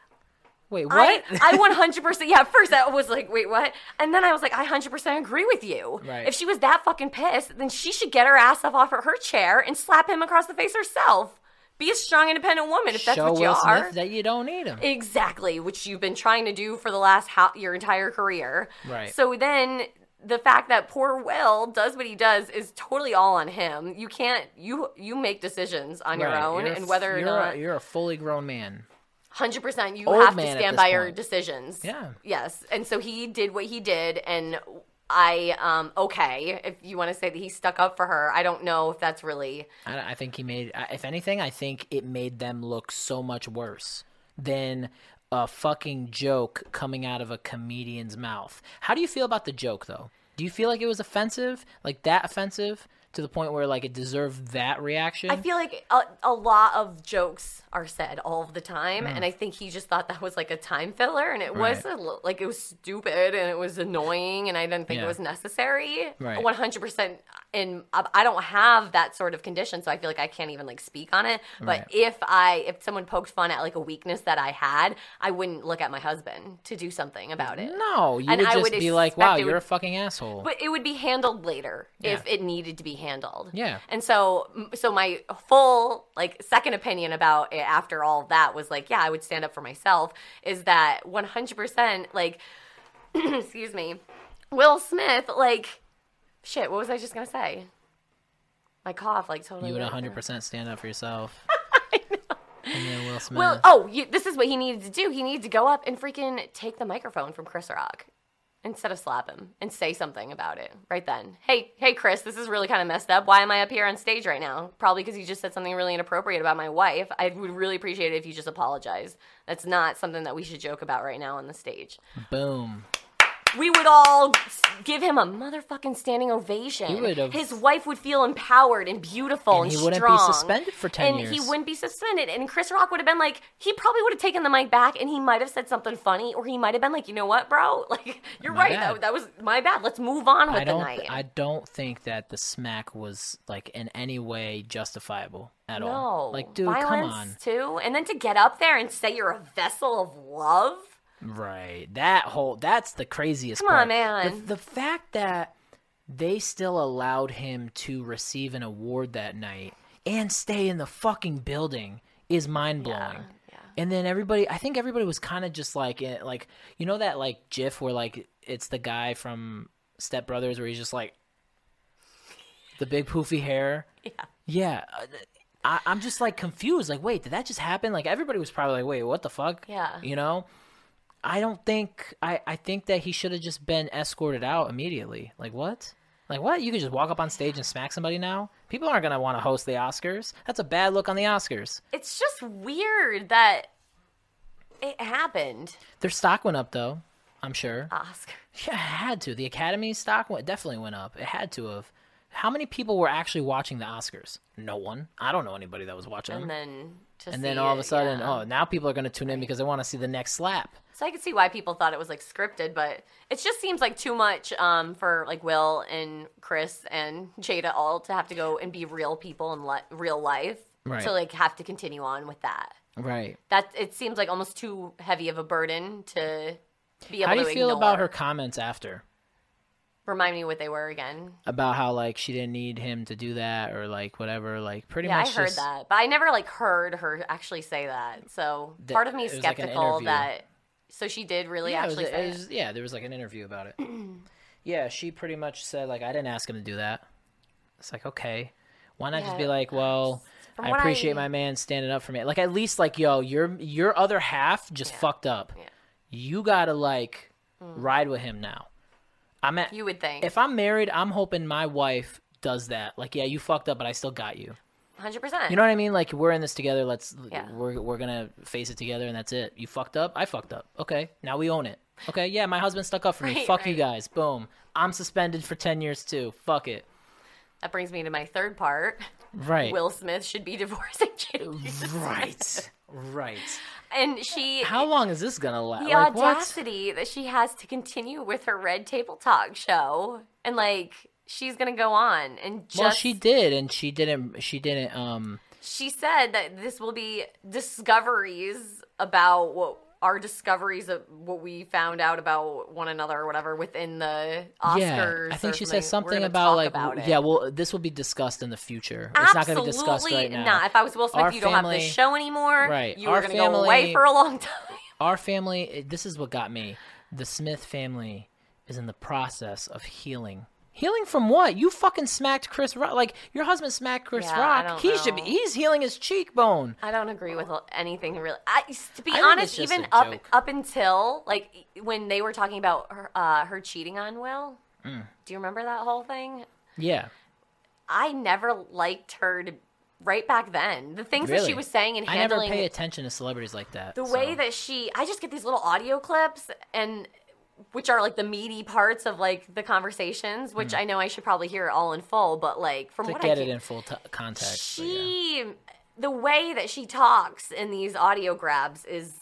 Speaker 1: Wait.
Speaker 4: I-
Speaker 1: What? *laughs*
Speaker 4: I one hundred percent. Yeah, at first I was like, wait, what? And then I was like, I hundred percent agree with you.
Speaker 1: Right.
Speaker 4: If she was that fucking pissed, then she should get her ass up off of her chair and slap him across the face herself. Be a strong, independent woman if that's
Speaker 1: Show
Speaker 4: what you
Speaker 1: Will
Speaker 4: are.
Speaker 1: Smith that you don't need him.
Speaker 4: Exactly, which you've been trying to do for the last how your entire career.
Speaker 1: Right.
Speaker 4: So then the fact that poor Will does what he does is totally all on him. You can't you you make decisions on your
Speaker 1: Right,
Speaker 4: own
Speaker 1: you're a
Speaker 4: and
Speaker 1: f-
Speaker 4: whether or
Speaker 1: you're
Speaker 4: not
Speaker 1: a, you're a fully grown man.
Speaker 4: Hundred percent. You
Speaker 1: Old
Speaker 4: have to
Speaker 1: man at
Speaker 4: stand
Speaker 1: this
Speaker 4: by your
Speaker 1: point.
Speaker 4: decisions.
Speaker 1: Yeah.
Speaker 4: Yes. And so he did what he did, and I um okay. If you want to say that he stuck up for her, I don't know if that's really
Speaker 1: I, I think he made. I- If anything, I think it made them look so much worse than a fucking joke coming out of a comedian's mouth. How do you feel about the joke though? Do you feel like it was offensive, like that offensive, to the point where like it deserved that reaction?
Speaker 4: I feel like a, a lot of jokes are said all of the time, and I think he just thought that was like a time filler, and it was
Speaker 1: Mm. Right.
Speaker 4: a, li- like it was stupid and it was annoying, and I didn't think it
Speaker 1: Yeah.
Speaker 4: was necessary.
Speaker 1: Right.
Speaker 4: One hundred percent. And I I don't have that sort of condition, so I feel like I can't even like speak on it. But
Speaker 1: Right.
Speaker 4: if I if someone poked fun at like a weakness that I had, I wouldn't look at my husband to do something about it.
Speaker 1: no, you
Speaker 4: And
Speaker 1: would
Speaker 4: I
Speaker 1: just
Speaker 4: would
Speaker 1: be like,
Speaker 4: expect
Speaker 1: "Wow,
Speaker 4: it
Speaker 1: you're
Speaker 4: would-
Speaker 1: a fucking asshole."
Speaker 4: But it would be handled later if
Speaker 1: Yeah.
Speaker 4: it needed to be handled.
Speaker 1: Yeah.
Speaker 4: And so, so my full like second opinion about it after all of that was like, yeah, I would stand up for myself. Is that 100% like, *clears throat* excuse me, Will Smith? Like, shit. What was I just gonna say? My cough, like totally.
Speaker 1: you would
Speaker 4: went there.
Speaker 1: 100 percent stand up for
Speaker 4: *laughs*
Speaker 1: yourself. And then Will Smith.
Speaker 4: Well, oh, you, this is what he needed to do. He needed to go up and freaking take the microphone from Chris Rock instead of slap him and say something about it right then. Hey, hey, Chris, this is really kind of messed up. Why am I up here on stage right now? Probably because you just said something really inappropriate about my wife. I would really appreciate it if you just apologized. That's not something that we should joke about right now on the stage.
Speaker 1: Boom.
Speaker 4: We would all s- give him a motherfucking standing ovation.
Speaker 1: He would've-
Speaker 4: His wife would feel empowered and beautiful
Speaker 1: And
Speaker 4: and,
Speaker 1: he wouldn't be
Speaker 4: strong.
Speaker 1: suspended for 10
Speaker 4: and he
Speaker 1: years.
Speaker 4: wouldn't be suspended. And Chris Rock would have been like, he probably would have taken the mic back, and he might have said something funny, or he might have been like, you know what, bro? *laughs* Like, you're
Speaker 1: My
Speaker 4: right.
Speaker 1: bad.
Speaker 4: That, that was my bad. Let's move on with
Speaker 1: I don't.
Speaker 4: the night.
Speaker 1: I don't think that the smack was like in any way justifiable at all.
Speaker 4: no,
Speaker 1: Like, dude,
Speaker 4: violence too. And then to get up there and say you're a vessel of love.
Speaker 1: come on. Right. That whole. That's the craziest.
Speaker 4: Come
Speaker 1: part.
Speaker 4: on, man.
Speaker 1: The, the fact that they still allowed him to receive an award that night and stay in the fucking building is mind blowing. And then everybody, I think everybody was kind of just like, eh, like you know that like GIF where like it's the guy from Step Brothers where he's just like the big poofy hair. Yeah. Yeah. uh, th- I, I'm just like confused. Like, wait, did that just happen? Like everybody was probably like, wait, what the fuck?
Speaker 4: Yeah.
Speaker 1: You know. I don't think I, I think that he should have just been escorted out immediately. Like what? Like what? You could just walk up on stage and smack somebody now? People aren't gonna want to host the Oscars. That's a bad look on the Oscars.
Speaker 4: It's just weird that it happened.
Speaker 1: Their stock went up though, I'm sure.
Speaker 4: Oscar.
Speaker 1: Yeah, it had to. The Academy stock went, definitely went up. It had to have. How many people were actually watching the Oscars? No one. I don't know anybody that was watching.
Speaker 4: And
Speaker 1: them.
Speaker 4: then to
Speaker 1: Mm-hmm. And
Speaker 4: see
Speaker 1: then all of
Speaker 4: it,
Speaker 1: a sudden,
Speaker 4: yeah.
Speaker 1: oh, now people are going to tune in because they want to see the next slap.
Speaker 4: So I could see why people thought it was like scripted, but it just seems like too much um, for like Will and Chris and *laughs* Jada all to have to go and be real people in li- real life
Speaker 1: Right.
Speaker 4: to like have to continue on with that.
Speaker 1: Right.
Speaker 4: That it seems like almost too heavy of a burden to be able
Speaker 1: How do
Speaker 4: to
Speaker 1: you feel
Speaker 4: ignore.
Speaker 1: about her comments after?
Speaker 4: Remind me what they were again.
Speaker 1: About how like she didn't need him to do that or like whatever. Like pretty
Speaker 4: Yeah, I
Speaker 1: much.
Speaker 4: heard
Speaker 1: just-
Speaker 4: that, but I never like heard her actually say that. So
Speaker 1: That-
Speaker 4: part of me is
Speaker 1: it was like an
Speaker 4: skeptical
Speaker 1: interview.
Speaker 4: that. So she did really
Speaker 1: Yeah, it was-
Speaker 4: actually
Speaker 1: it
Speaker 4: say
Speaker 1: was- yeah, there was like an interview about
Speaker 4: *clears throat*
Speaker 1: it. yeah, she pretty much said like I didn't ask him to do that. It's like okay, why not just
Speaker 4: Yeah,
Speaker 1: be like, well,
Speaker 4: from
Speaker 1: I
Speaker 4: what
Speaker 1: appreciate
Speaker 4: I-
Speaker 1: my man standing up for me. Like at least like yo, your your other half just fucked up.
Speaker 4: Yeah. Mm.
Speaker 1: You gotta like ride with him now. I'm at
Speaker 4: You would think.
Speaker 1: if I'm married, I'm hoping my wife does that. Like yeah, you fucked up, but I still got you.
Speaker 4: hundred percent.
Speaker 1: You know what I mean? Like we're in this together. Let's
Speaker 4: Yeah.
Speaker 1: we're we're gonna face it together, and that's it. You fucked up. I fucked up. Okay, now we own it. Okay, yeah, my husband stuck up for me.
Speaker 4: Right,
Speaker 1: Fuck you
Speaker 4: right.
Speaker 1: guys. Boom. I'm suspended for ten years too. Fuck it.
Speaker 4: that brings me to my third part.
Speaker 1: Right.
Speaker 4: Will Smith should be divorcing *laughs* Jada.
Speaker 1: Eh.
Speaker 4: *laughs*
Speaker 1: Right. right.
Speaker 4: And she,
Speaker 1: How long is this gonna last?
Speaker 4: the
Speaker 1: like what?
Speaker 4: audacity that she has to continue with her Red Table Talk show, and like she's gonna go on and just
Speaker 1: Well, she did, and she didn't. She didn't. Um.
Speaker 4: she said that this will be discoveries about what our discoveries of what we found out about one another or whatever within the Oscars.
Speaker 1: yeah, I
Speaker 4: or
Speaker 1: think she says
Speaker 4: We're
Speaker 1: something
Speaker 4: gonna
Speaker 1: about
Speaker 4: talk
Speaker 1: like
Speaker 4: about it.
Speaker 1: yeah. Well, this will be discussed in the future. it's not going to be
Speaker 4: Absolutely
Speaker 1: discussed right now.
Speaker 4: not. If I was Will Smith,
Speaker 1: Our
Speaker 4: you don't have
Speaker 1: family-
Speaker 4: this show anymore.
Speaker 1: Right.
Speaker 4: You
Speaker 1: Our
Speaker 4: were going to go away
Speaker 1: family-
Speaker 4: for a long *laughs* time.
Speaker 1: our family it- this is what got me the smith family is in the process of healing healing from what you fucking smacked chris rock like your husband smacked chris
Speaker 4: Yeah, I
Speaker 1: rock
Speaker 4: don't
Speaker 1: he should be
Speaker 4: know.
Speaker 1: he's healing his cheekbone
Speaker 4: I don't agree with anything really. I, to be
Speaker 1: I think it's
Speaker 4: honest,
Speaker 1: just
Speaker 4: even
Speaker 1: a
Speaker 4: up
Speaker 1: joke.
Speaker 4: up until like when they were talking about her, uh, her cheating on Will.
Speaker 1: Mm.
Speaker 4: Do you remember that whole thing?
Speaker 1: yeah
Speaker 4: I never liked her to, right back then. The things that
Speaker 1: Really?
Speaker 4: she was saying and
Speaker 1: i never
Speaker 4: handling
Speaker 1: pay attention to celebrities like that
Speaker 4: the way that she i just get these little audio clips and which are like the meaty parts of like the conversations which i know i should probably hear all in full but like from
Speaker 1: Hmm. to
Speaker 4: what
Speaker 1: get
Speaker 4: i
Speaker 1: it
Speaker 4: can,
Speaker 1: in full t- context but yeah.
Speaker 4: she the way that she talks in these audio grabs is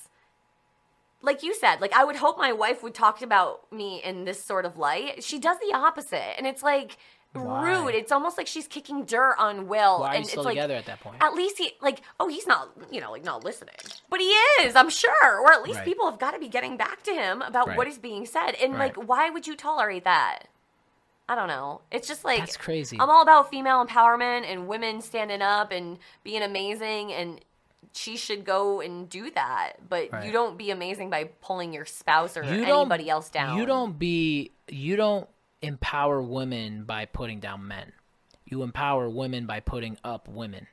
Speaker 4: like you said like i would hope my wife would talk about me in this sort of light she does the opposite and it's like
Speaker 1: Why?
Speaker 4: rude it's almost like she's kicking dirt on will
Speaker 1: why are
Speaker 4: and
Speaker 1: you still
Speaker 4: it's like
Speaker 1: together at that point
Speaker 4: at least he like oh he's not you know like not listening but he is i'm sure or at least
Speaker 1: Right.
Speaker 4: people have got to be getting back to him about
Speaker 1: Right.
Speaker 4: what is being said and
Speaker 1: Right.
Speaker 4: like why would you tolerate that i don't know it's just like
Speaker 1: That's crazy.
Speaker 4: i'm all about female empowerment and women standing up and being amazing and she should go and do that but
Speaker 1: Right.
Speaker 4: you don't be amazing by pulling your spouse or
Speaker 1: you don't
Speaker 4: anybody else down
Speaker 1: you don't be you don't empower women by putting down men you empower women by putting up women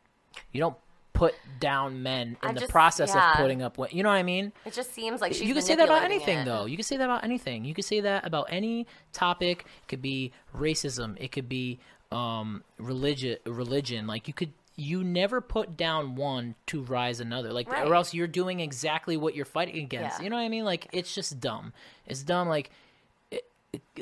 Speaker 1: you don't put down men in
Speaker 4: I
Speaker 1: the
Speaker 4: just-
Speaker 1: process
Speaker 4: yeah.
Speaker 1: of putting up. wo- You know what I mean?
Speaker 4: It just seems like she's
Speaker 1: you can say that about
Speaker 4: manipulating
Speaker 1: anything
Speaker 4: it.
Speaker 1: though you can say that about anything you can say that about any topic it could be racism it could be um religion religion like you could you never put down one to rise another like
Speaker 4: Right.
Speaker 1: or else you're doing exactly what you're fighting against
Speaker 4: Yeah.
Speaker 1: you know what i mean like it's just dumb it's dumb like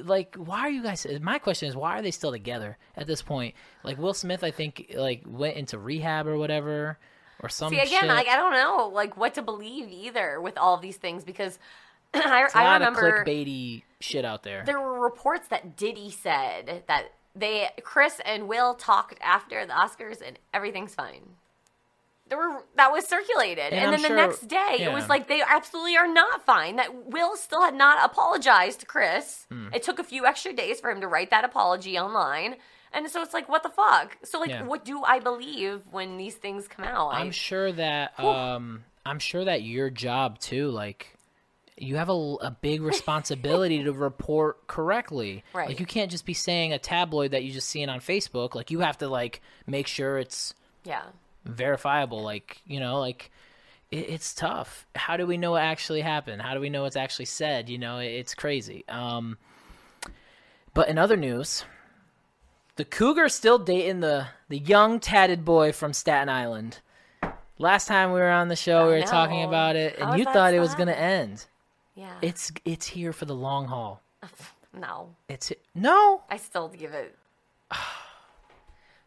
Speaker 1: like why are you guys my question is why are they still together at this point like will smith i think like went into rehab or whatever or some
Speaker 4: See again,
Speaker 1: shit.
Speaker 4: like I don't know, like what to believe either with all these things because *clears throat* I,
Speaker 1: a
Speaker 4: I
Speaker 1: lot
Speaker 4: remember
Speaker 1: of clickbaity shit out there
Speaker 4: there were reports that Diddy said that they Chris and Will talked after the Oscars and everything's fine. There were that was circulated, and,
Speaker 1: And I'm
Speaker 4: then the
Speaker 1: sure-
Speaker 4: next day it
Speaker 1: yeah.
Speaker 4: was like they absolutely are not fine. That Will still had not apologized to Chris.
Speaker 1: Hmm.
Speaker 4: It took a few extra days for him to write that apology online. And so it's like, what the fuck? So like,
Speaker 1: Yeah.
Speaker 4: what do I believe when these things come out? I-
Speaker 1: I'm sure that um I'm sure that your job too like you have a, l- a big responsibility to report correctly.
Speaker 4: Right.
Speaker 1: Like you can't just be saying a tabloid that you just seen on Facebook. Like you have to like make sure it's
Speaker 4: yeah.
Speaker 1: verifiable. Like you know, like it, it's tough. How do we know what actually happened? How do we know what's actually said? You know, it, it's crazy. Um, but in other news, the Cougar's still dating the the young tatted boy from Staten Island. Last time we were on the show, we
Speaker 4: I
Speaker 1: were talking
Speaker 4: know.
Speaker 1: about it,
Speaker 4: I
Speaker 1: and
Speaker 4: was
Speaker 1: you thought it was
Speaker 4: outside.
Speaker 1: gonna end.
Speaker 4: Yeah.
Speaker 1: It's it's here for the long haul.
Speaker 4: no.
Speaker 1: It's no,
Speaker 4: I still give it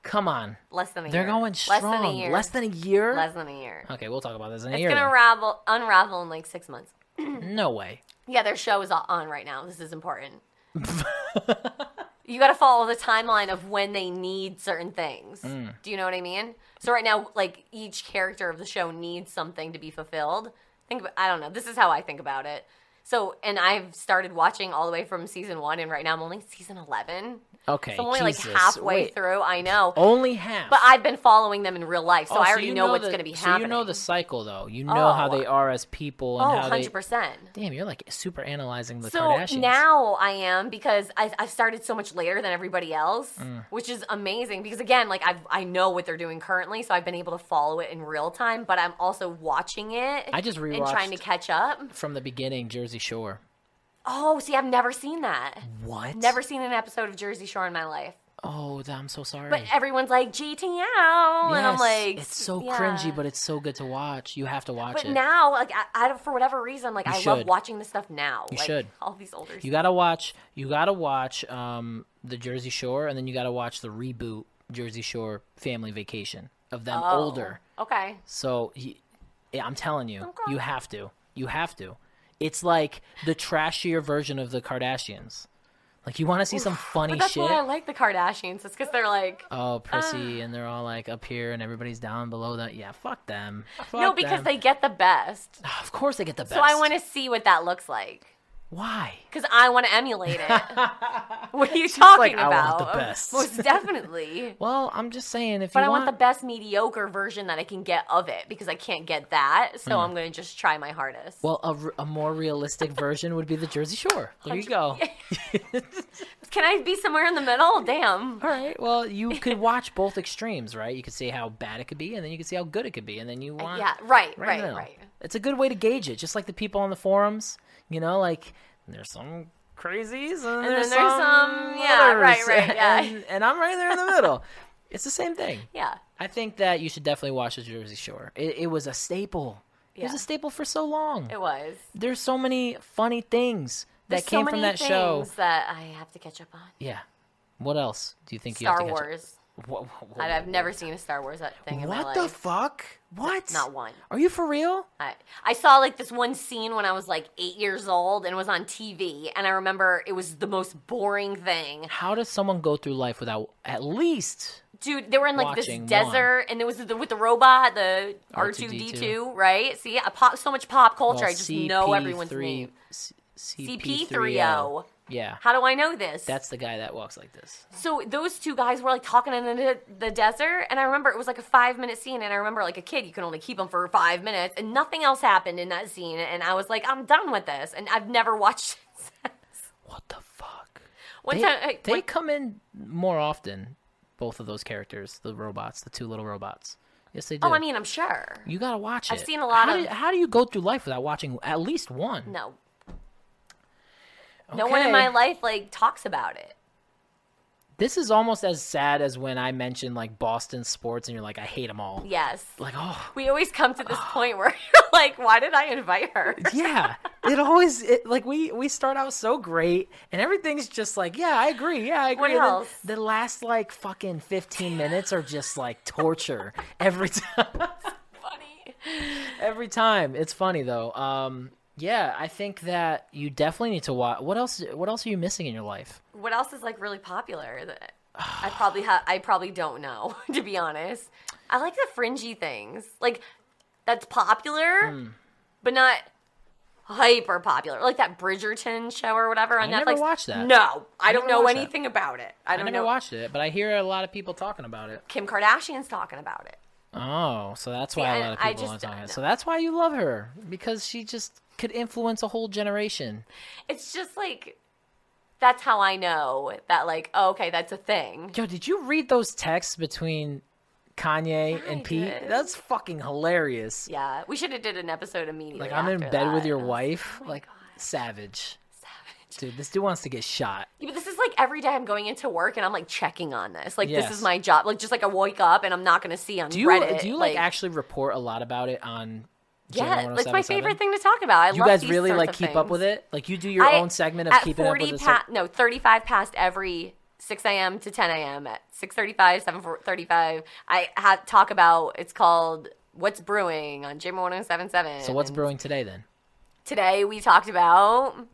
Speaker 1: come on,
Speaker 4: less than a
Speaker 1: they're
Speaker 4: year.
Speaker 1: going strong.
Speaker 4: Less than a year.
Speaker 1: Less than a year.
Speaker 4: Less than a year.
Speaker 1: okay, we'll talk about this in a
Speaker 4: It's
Speaker 1: year.
Speaker 4: gonna
Speaker 1: then.
Speaker 4: unravel, unravel in like six months.
Speaker 1: no way.
Speaker 4: Yeah, their show is on right now. This is important.
Speaker 1: *laughs*
Speaker 4: you got to follow the timeline of when they need certain things.
Speaker 1: Mm.
Speaker 4: Do you know what I mean? So right now, like each character of the show needs something to be fulfilled. Think about, I don't know. This is how I think about it. So, and I've started watching all the way from season one, and right now I'm only season eleven.
Speaker 1: Okay,
Speaker 4: so I'm only
Speaker 1: Jesus,
Speaker 4: like halfway
Speaker 1: wait.
Speaker 4: through. I know.
Speaker 1: Only half.
Speaker 4: But I've been following them in real life, so
Speaker 1: Oh,
Speaker 4: I already
Speaker 1: you
Speaker 4: know, what's
Speaker 1: the-
Speaker 4: going to be
Speaker 1: so
Speaker 4: happening.
Speaker 1: you know the cycle, though. You know how
Speaker 4: Oh.
Speaker 1: they are as people
Speaker 4: oh,
Speaker 1: and how
Speaker 4: 100 percent.
Speaker 1: they. Damn, you're like super analyzing the
Speaker 4: So
Speaker 1: Kardashians.
Speaker 4: now I am because I, I started so much later than everybody else,
Speaker 1: Mm.
Speaker 4: which is amazing. Because again, like I I know what they're doing currently, so I've been able to follow it in real time. But I'm also watching it.
Speaker 1: I just
Speaker 4: and trying to
Speaker 1: rewatched-
Speaker 4: catch up.
Speaker 1: from the beginning, Jersey Shore.
Speaker 4: Oh, see, I've never seen that.
Speaker 1: What?
Speaker 4: Never seen an episode of Jersey Shore in my life.
Speaker 1: Oh, th- I'm so sorry.
Speaker 4: But everyone's like GTO, and I'm
Speaker 1: Yes,
Speaker 4: like,
Speaker 1: it's so
Speaker 4: yeah.
Speaker 1: cringy, but it's so good to watch. You have to watch
Speaker 4: But
Speaker 1: it.
Speaker 4: now, like, I, I don't- for whatever reason, like, I love
Speaker 1: should.
Speaker 4: watching this stuff now.
Speaker 1: You
Speaker 4: like,
Speaker 1: should.
Speaker 4: All these older.
Speaker 1: you gotta watch. You gotta watch um, the Jersey Shore, and then you gotta watch the reboot Jersey Shore Family Vacation of them
Speaker 4: Oh,
Speaker 1: older.
Speaker 4: Okay.
Speaker 1: So y- yeah, I'm telling you, you have to. You have to. It's like the trashier version of the Kardashians. Like you want to see some funny
Speaker 4: But that's
Speaker 1: shit.
Speaker 4: why I Uh. like the Kardashians. It's because they're like.
Speaker 1: Oh, prissy, and they're all like up here, and everybody's down below that. Yeah, fuck them.
Speaker 4: no,
Speaker 1: Fuck
Speaker 4: because
Speaker 1: them.
Speaker 4: they get the best.
Speaker 1: Of course, they get the best.
Speaker 4: So I want to see what that looks like
Speaker 1: Why?
Speaker 4: because I want to
Speaker 1: *laughs*
Speaker 4: emulate it. what are you talking
Speaker 1: "I want
Speaker 4: about?
Speaker 1: the best."
Speaker 4: Most
Speaker 1: *laughs*
Speaker 4: definitely.
Speaker 1: Well, I'm just saying. If
Speaker 4: But
Speaker 1: you
Speaker 4: I want
Speaker 1: want,
Speaker 4: the best mediocre version that I can get of it because I can't get that. So I'm going to just try my hardest.
Speaker 1: Hmm. well, a, r- a more realistic version would be the Jersey Shore. There you go.
Speaker 4: *laughs* can I be somewhere in the middle? Damn.
Speaker 1: All right. Well,
Speaker 4: *laughs*
Speaker 1: you could watch both extremes, right? You could see how bad it could be, and then you could see how good it could be, and then you want
Speaker 4: Uh, Yeah,
Speaker 1: right,
Speaker 4: right, right,
Speaker 1: now.
Speaker 4: right.
Speaker 1: It's a good way to gauge it, just like the people on the forums. You know, like there's some crazies and,
Speaker 4: then
Speaker 1: there's,
Speaker 4: there's
Speaker 1: some,
Speaker 4: some- yeah, right,
Speaker 1: others,
Speaker 4: right,
Speaker 1: *laughs*
Speaker 4: yeah.
Speaker 1: and, and I'm right there in the middle. *laughs* it's the same thing.
Speaker 4: Yeah.
Speaker 1: I think that you should definitely watch the Jersey Shore. It, it was a staple. It was
Speaker 4: Yeah.
Speaker 1: a staple for so long.
Speaker 4: It was.
Speaker 1: There's so many funny things
Speaker 4: There's
Speaker 1: that came
Speaker 4: so
Speaker 1: from
Speaker 4: many
Speaker 1: that show.
Speaker 4: things that I have to catch up on.
Speaker 1: Yeah. What else do you think you
Speaker 4: Star
Speaker 1: have to catch up-
Speaker 4: Wars.
Speaker 1: Wha- wha- wha-
Speaker 4: I- I've never seen a Star Wars thing in my
Speaker 1: What
Speaker 4: life.
Speaker 1: the fuck? What?
Speaker 4: Not one.
Speaker 1: Are you for real?
Speaker 4: I, I saw like this one scene when I was like eight years old and it was on TV, and I remember it was the most boring thing.
Speaker 1: How does someone go through life without at least
Speaker 4: Dude, they were in like
Speaker 1: Watching
Speaker 4: this desert, and it was the, with the robot, the R two D
Speaker 1: R2D2.
Speaker 4: two, right? See, I pop so much pop culture.
Speaker 1: Well,
Speaker 4: I just know everyone's
Speaker 1: CP3
Speaker 4: name.
Speaker 1: C-
Speaker 4: CP3O.
Speaker 1: Yeah.
Speaker 4: How do I know this?
Speaker 1: That's the guy that walks like this.
Speaker 4: so those two guys were like talking in the, the desert, and I remember it was like a five minute scene, and I remember like a kid, you can only keep them for five minutes, and nothing else happened in that scene, and I was like, I'm done with this, and I've never watched. *laughs* it since.
Speaker 1: What the fuck?
Speaker 4: One
Speaker 1: They,
Speaker 4: time, I-
Speaker 1: they
Speaker 4: one-
Speaker 1: come in more often, both of those characters, the robots, the two little robots. Yes, they do.
Speaker 4: Oh, I mean, I'm sure.
Speaker 1: you gotta watch it.
Speaker 4: I've seen a lot
Speaker 1: how
Speaker 4: of-
Speaker 1: Do, how do you go through life without watching at least one?
Speaker 4: No. No one in my
Speaker 1: Okay.
Speaker 4: life like talks about it.
Speaker 1: This is almost as sad as when I mentioned like Boston sports, and you're like, I hate them all.
Speaker 4: Yes.
Speaker 1: Like, oh,
Speaker 4: We always
Speaker 1: *gasps*
Speaker 4: come to this point where *laughs* you're like, why did I invite
Speaker 1: *laughs*
Speaker 4: her?
Speaker 1: yeah. it always it, like we we start out so great, and everything's just like, yeah, I agree, yeah, I agree.
Speaker 4: What
Speaker 1: and then
Speaker 4: else?
Speaker 1: The last like fucking fifteen minutes are just like torture every time.
Speaker 4: Funny.
Speaker 1: *laughs* every time. It's funny though. Um, yeah, I think that you definitely need to watch. What else? What else are you missing in your life?
Speaker 4: What else is like really popular
Speaker 1: *sighs*
Speaker 4: that I probably have I probably don't know, *laughs* to be honest. I like the fringy things. Like that's popular,
Speaker 1: Hmm.
Speaker 4: but not hyper popular. Like that Bridgerton show or whatever on
Speaker 1: I
Speaker 4: Netflix.
Speaker 1: never watched that.
Speaker 4: No. I, don't
Speaker 1: never
Speaker 4: know
Speaker 1: watched that.
Speaker 4: anything about it. I
Speaker 1: I
Speaker 4: don't
Speaker 1: never
Speaker 4: know.
Speaker 1: watched it, but I hear a lot of people talking about it.
Speaker 4: Kim Kardashian's talking about it.
Speaker 1: Oh, so that's why a
Speaker 4: I-
Speaker 1: lot of people
Speaker 4: I
Speaker 1: are
Speaker 4: just-
Speaker 1: talking. about it.
Speaker 4: no.
Speaker 1: So that's why you love her because she just could influence a whole generation.
Speaker 4: It's just like that's how I know that like, oh, okay, that's a thing.
Speaker 1: Yo, did you read those texts between Kanye
Speaker 4: Yeah, I
Speaker 1: and Pete?
Speaker 4: did.
Speaker 1: That's fucking hilarious.
Speaker 4: Yeah, we should have did an episode immediately.
Speaker 1: like I'm in
Speaker 4: after
Speaker 1: bed with
Speaker 4: that. *laughs*
Speaker 1: your
Speaker 4: I was
Speaker 1: wife,
Speaker 4: oh my
Speaker 1: like
Speaker 4: God.
Speaker 1: savage.
Speaker 4: Savage.
Speaker 1: Dude, this dude wants to get shot.
Speaker 4: Yeah, but this is like every day I'm going into work and I'm like checking on this. Like
Speaker 1: Yes.
Speaker 4: this is my job. Like just like I wake up and I'm not gonna see on
Speaker 1: Do you
Speaker 4: Reddit.
Speaker 1: do you like, actually report a lot about it on? Jan
Speaker 4: Yeah, like, it's my
Speaker 1: 1077?
Speaker 4: favorite thing to talk about. I
Speaker 1: Do you
Speaker 4: love
Speaker 1: guys
Speaker 4: these
Speaker 1: really
Speaker 4: sorts
Speaker 1: like
Speaker 4: of
Speaker 1: keep up
Speaker 4: things.
Speaker 1: with it? Like you do your
Speaker 4: I-
Speaker 1: own segment of
Speaker 4: at
Speaker 1: keeping up
Speaker 4: 40
Speaker 1: with it. so-
Speaker 4: pa- no, 35 past every 6 a.m. to 10 a.m. at 6:35, 7:35. I have talk about it's called What's Brewing on Jim 1077.
Speaker 1: So what's
Speaker 4: And
Speaker 1: brewing today then?
Speaker 4: today we talked about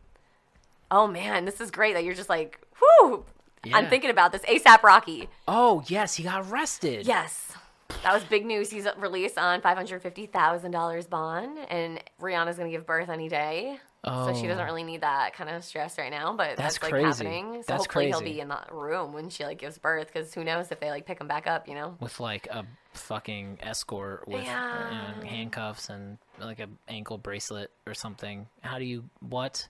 Speaker 4: Oh man, this is great that you're just like, whoo.
Speaker 1: Yeah.
Speaker 4: I'm thinking about this ASAP Rocky.
Speaker 1: Oh yes, he got arrested.
Speaker 4: Yes. That was big news. He's released on $550,000 bond, and Rihanna's going to give birth any day. So she
Speaker 1: Oh.
Speaker 4: doesn't really need that kind of stress right now, but
Speaker 1: That's
Speaker 4: that's, like
Speaker 1: crazy.
Speaker 4: happening. So
Speaker 1: That's
Speaker 4: hopefully he'll
Speaker 1: crazy.
Speaker 4: be in that room when she like gives birth because who knows if they like pick him back up, you know?
Speaker 1: With like a fucking escort with
Speaker 4: Yeah.
Speaker 1: uh, handcuffs and like a ankle bracelet or something. How do you what?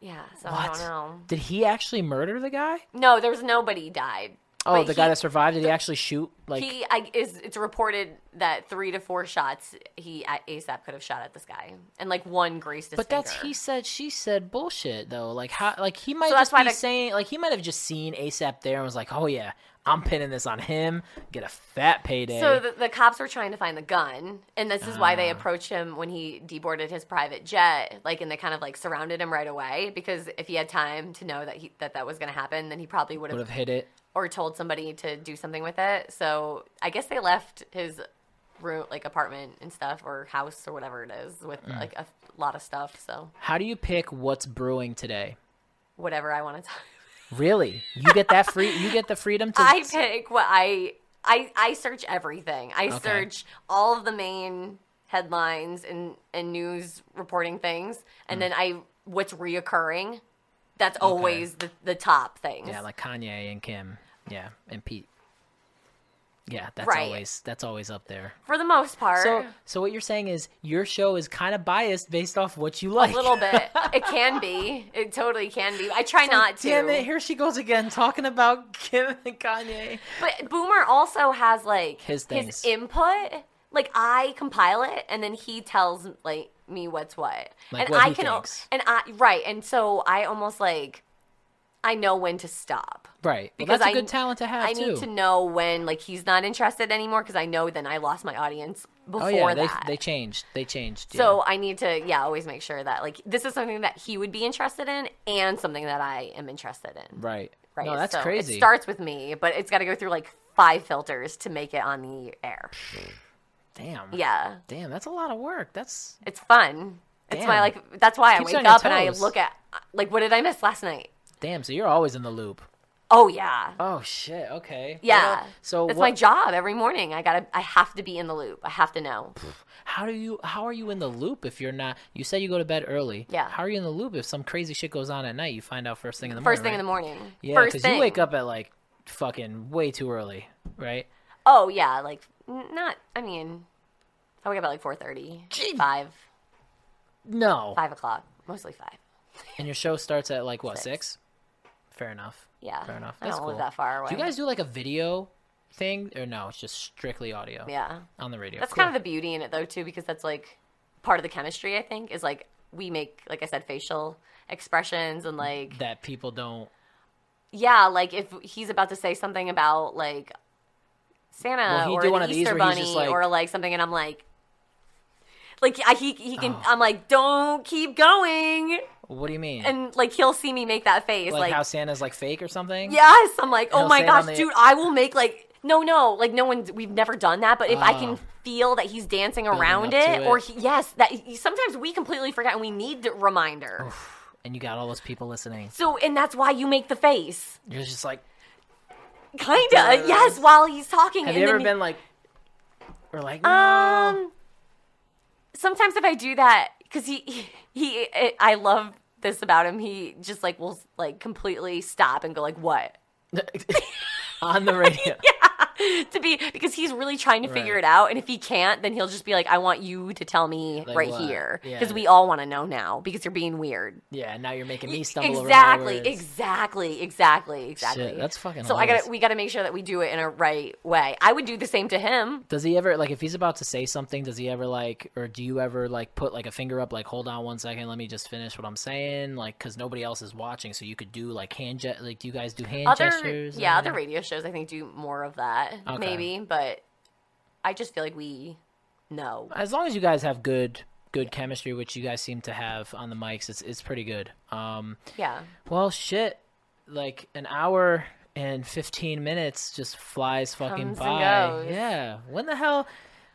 Speaker 4: Yeah. So I
Speaker 1: What?
Speaker 4: don't know.
Speaker 1: Did he actually murder the guy?
Speaker 4: No, there was nobody died.
Speaker 1: Oh,
Speaker 4: But
Speaker 1: the
Speaker 4: he-
Speaker 1: guy that survived. Did he actually shoot? Like
Speaker 4: he I, is. It's reported that three to four shots he at ASAP could have shot at this guy, and like one grazed his.
Speaker 1: But that's
Speaker 4: finger.
Speaker 1: he said, she said bullshit though. Like how, like he might
Speaker 4: So that's
Speaker 1: just
Speaker 4: why
Speaker 1: be
Speaker 4: the-
Speaker 1: saying, like he might have just seen ASAP there and was like, oh yeah, I'm pinning this on him, get a fat payday.
Speaker 4: So the, the cops were trying to find the gun, and this is why they approached him when he deboarded his private jet. Like, and they kind of like surrounded him right away because if he had time to know that he, that that was going to happen, then he probably would
Speaker 1: would
Speaker 4: have
Speaker 1: have hit it.
Speaker 4: or told somebody to do something with it. So I guess they left his room, like apartment and stuff, or house or whatever it is, with like a lot of stuff. So
Speaker 1: How do you pick what's brewing today?
Speaker 4: whatever I want to *laughs* talk.
Speaker 1: Really, you get that free, you get the freedom to.
Speaker 4: *laughs* I pick what I I I search everything. I
Speaker 1: Okay.
Speaker 4: search all of the main headlines and and news reporting things,
Speaker 1: Hmm.
Speaker 4: and then I what's reoccurring. That's always the the top things.
Speaker 1: yeah, like Kanye and Kim, yeah, and Pete. Yeah, that's
Speaker 4: Right.
Speaker 1: always that's always up there.
Speaker 4: for the most part.
Speaker 1: So, so what you're saying is your show is kind of biased based off what you like. *laughs*
Speaker 4: a little bit. It can be. It totally can be. I try not to.
Speaker 1: Damn it! Here she goes again, talking about *laughs* Kim and Kanye.
Speaker 4: But Boomer also has like
Speaker 1: His things.
Speaker 4: input. Like I compile it and then he tells like me what's what.
Speaker 1: Like
Speaker 4: and
Speaker 1: what
Speaker 4: I
Speaker 1: he
Speaker 4: can al-
Speaker 1: thinks.
Speaker 4: and I right and so I almost like I know when to stop.
Speaker 1: Right. Well,
Speaker 4: Because
Speaker 1: that's a
Speaker 4: I-
Speaker 1: good talent to have
Speaker 4: I
Speaker 1: too.
Speaker 4: need to know when like he's not interested anymore because I know then I lost my audience before
Speaker 1: oh yeah,
Speaker 4: that.
Speaker 1: they they changed. They changed. yeah.
Speaker 4: so I need to yeah always make sure that like this is something that he would be interested in and something that I am interested in.
Speaker 1: right.
Speaker 4: Right.
Speaker 1: No, that's
Speaker 4: So
Speaker 1: crazy.
Speaker 4: It starts with me, but it's got to go through like five filters to make it on the air.
Speaker 1: Damn.
Speaker 4: Yeah.
Speaker 1: Damn, that's a lot of work. That's
Speaker 4: It's fun. It's my
Speaker 1: Damn.
Speaker 4: like that's why I
Speaker 1: Keeps
Speaker 4: wake
Speaker 1: you on your
Speaker 4: up and I
Speaker 1: toes.
Speaker 4: look at like what did I miss last night?
Speaker 1: damn. So you're always in the loop.
Speaker 4: Oh yeah.
Speaker 1: Oh shit. Okay.
Speaker 4: yeah.
Speaker 1: Well, so
Speaker 4: it's
Speaker 1: what-
Speaker 4: my job every morning. I got to I have to be in the loop. I have to know.
Speaker 1: How do you? How are you in the loop if you're not? You said you go to bed early.
Speaker 4: Yeah.
Speaker 1: How are you in the loop if some crazy shit goes on at night? You find out first thing in the
Speaker 4: First thing in
Speaker 1: morning.
Speaker 4: the morning.
Speaker 1: Yeah,
Speaker 4: First
Speaker 1: because you wake up at like fucking way too early, right?
Speaker 4: Oh yeah, like n- not I mean I wake up at like 4:30, 5,
Speaker 1: No.
Speaker 4: 5 o'clock, mostly 5.
Speaker 1: And your show starts at like what
Speaker 4: Six.
Speaker 1: six? Fair enough.
Speaker 4: Yeah.
Speaker 1: Fair enough.
Speaker 4: I don't
Speaker 1: That's
Speaker 4: live
Speaker 1: cool.
Speaker 4: that far away.
Speaker 1: Do you guys do like a video thing, or no, it's just strictly audio.
Speaker 4: Yeah.
Speaker 1: on the radio.
Speaker 4: That's
Speaker 1: Cool.
Speaker 4: kind of the beauty in it though too, because that's like part of the chemistry. I think is like we make, like I said, facial expressions and like
Speaker 1: that people don't.
Speaker 4: yeah, like if he's about to say something about like Santa
Speaker 1: Well, he
Speaker 4: or
Speaker 1: did
Speaker 4: an
Speaker 1: one of these
Speaker 4: Easter
Speaker 1: where he's
Speaker 4: bunny
Speaker 1: just like-
Speaker 4: or like something, and I'm like. Like I, he he
Speaker 1: Oh.
Speaker 4: can I'm like don't keep going
Speaker 1: What do you mean?
Speaker 4: and like he'll see me make that face
Speaker 1: like,
Speaker 4: like
Speaker 1: how Santa's like fake or something?
Speaker 4: Yes, I'm like,
Speaker 1: he'll
Speaker 4: oh my
Speaker 1: say it on
Speaker 4: gosh,
Speaker 1: the-
Speaker 4: dude, I will make like no, no, like no one. We've never done that, but if I
Speaker 1: Oh.
Speaker 4: can feel that he's dancing
Speaker 1: up
Speaker 4: around it,
Speaker 1: to it.
Speaker 4: or he, yes, that sometimes we completely forget and we need the reminder.
Speaker 1: And you got all those people listening.
Speaker 4: So, and that's why you make the face,
Speaker 1: You're just like,
Speaker 4: kinda. Yes, while he's talking.
Speaker 1: have
Speaker 4: and
Speaker 1: you ever
Speaker 4: then-
Speaker 1: been like, or like, no.
Speaker 4: Um, sometimes if I do that, because he, he, I- I love this about him. He just like will like completely stop and go like, what?
Speaker 1: *laughs* on the
Speaker 4: *laughs*
Speaker 1: radio.
Speaker 4: to be because he's really trying to figure
Speaker 1: Right.
Speaker 4: it out and if he can't then he'll just be like i want you to tell me
Speaker 1: Like
Speaker 4: right
Speaker 1: what?
Speaker 4: here
Speaker 1: Yeah,
Speaker 4: because we
Speaker 1: yeah.
Speaker 4: all want to know now because you're being weird
Speaker 1: Yeah, now you're making me stumble
Speaker 4: E, exactly
Speaker 1: over my words.
Speaker 4: exactly exactly exactly
Speaker 1: that's fucking
Speaker 4: so i gotta
Speaker 1: hilarious.
Speaker 4: we gotta make sure that we do it in a right way i would do the same to him
Speaker 1: Does he ever like if he's about to say something? Does he ever like, or do you ever like put like a finger up, like hold on one second, let me just finish what I'm saying, like because nobody else is watching, so you could do like hand ge- like do you guys do hand
Speaker 4: other
Speaker 1: gestures? and
Speaker 4: yeah other
Speaker 1: everything?
Speaker 4: radio shows i think do more of that
Speaker 1: Okay.
Speaker 4: maybe but i just feel like we know
Speaker 1: As long as you guys have good good chemistry, which you guys seem to have on the mics, it's it's pretty good. Um,
Speaker 4: yeah
Speaker 1: well, shit, like an hour and fifteen minutes just flies fucking
Speaker 4: Comes and
Speaker 1: by.
Speaker 4: goes.
Speaker 1: Yeah, when the hell?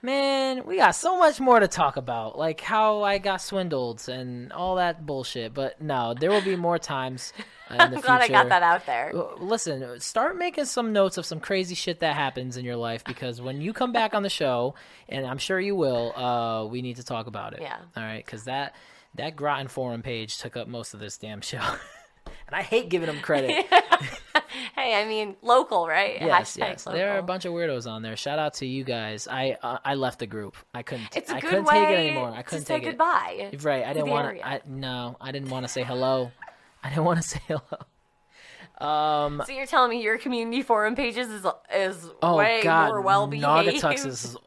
Speaker 1: Man, we got so much more to talk about, like how I got swindled and all that bullshit. But no, there will be more times uh, in the
Speaker 4: i'm *laughs* glad i got
Speaker 1: future.
Speaker 4: that out there
Speaker 1: Well, uh, Listen, start making some notes of some crazy shit that happens in your life because when you come back on the show, and I'm sure you will, uh, we need to talk about it.
Speaker 4: Yeah.
Speaker 1: All right, because that that Groton forum page took up most of this damn show, *laughs* and I hate giving them
Speaker 4: *laughs*
Speaker 1: credit.
Speaker 4: *laughs* hey i mean local right
Speaker 1: yes,
Speaker 4: Hashtag
Speaker 1: yes, there are a
Speaker 4: local.
Speaker 1: bunch of weirdos on there. Shout out to you guys. I uh, I left the group. I couldn't.
Speaker 4: It's a
Speaker 1: I
Speaker 4: good
Speaker 1: couldn't
Speaker 4: way
Speaker 1: take it anymore. I couldn't
Speaker 4: to say
Speaker 1: take it.
Speaker 4: goodbye.
Speaker 1: Right. I didn't
Speaker 4: the
Speaker 1: want
Speaker 4: area.
Speaker 1: to. I no. I didn't want to say hello. I didn't want to *laughs* say hello.
Speaker 4: So you're telling me your community forum pages is is
Speaker 1: Oh
Speaker 4: way
Speaker 1: God,
Speaker 4: more well behaved.
Speaker 1: Naugatucks
Speaker 4: *laughs*
Speaker 1: is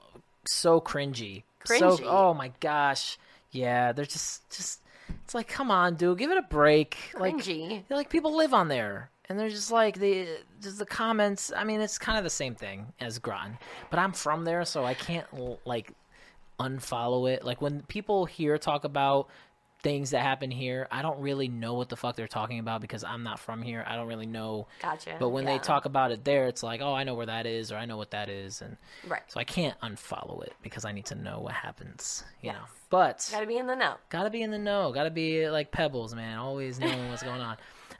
Speaker 1: so cringy. So
Speaker 4: Cringy.
Speaker 1: oh my gosh, yeah, they're just just. It's like, come on, dude, give it a break.
Speaker 4: Cringy.
Speaker 1: Like, like people live on there, and they're just like the just the comments. I mean, it's kind of the same thing as Groton, but I'm from there, so I can't l- like unfollow it. Like when people here talk about things that happen here, I don't really know what the fuck they're talking about because I'm not from here. I don't really know.
Speaker 4: Gotcha,
Speaker 1: But when they
Speaker 4: yeah.
Speaker 1: talk about it there, it's like, oh, I know where that is, or I know what that is, and
Speaker 4: Right.
Speaker 1: So I can't unfollow it because I need to know what happens. You know,
Speaker 4: Yes.
Speaker 1: but
Speaker 4: Gotta be in the know.
Speaker 1: gotta be in the know. Gotta be like pebbles, man. Always knowing what's going
Speaker 4: *laughs*
Speaker 1: on.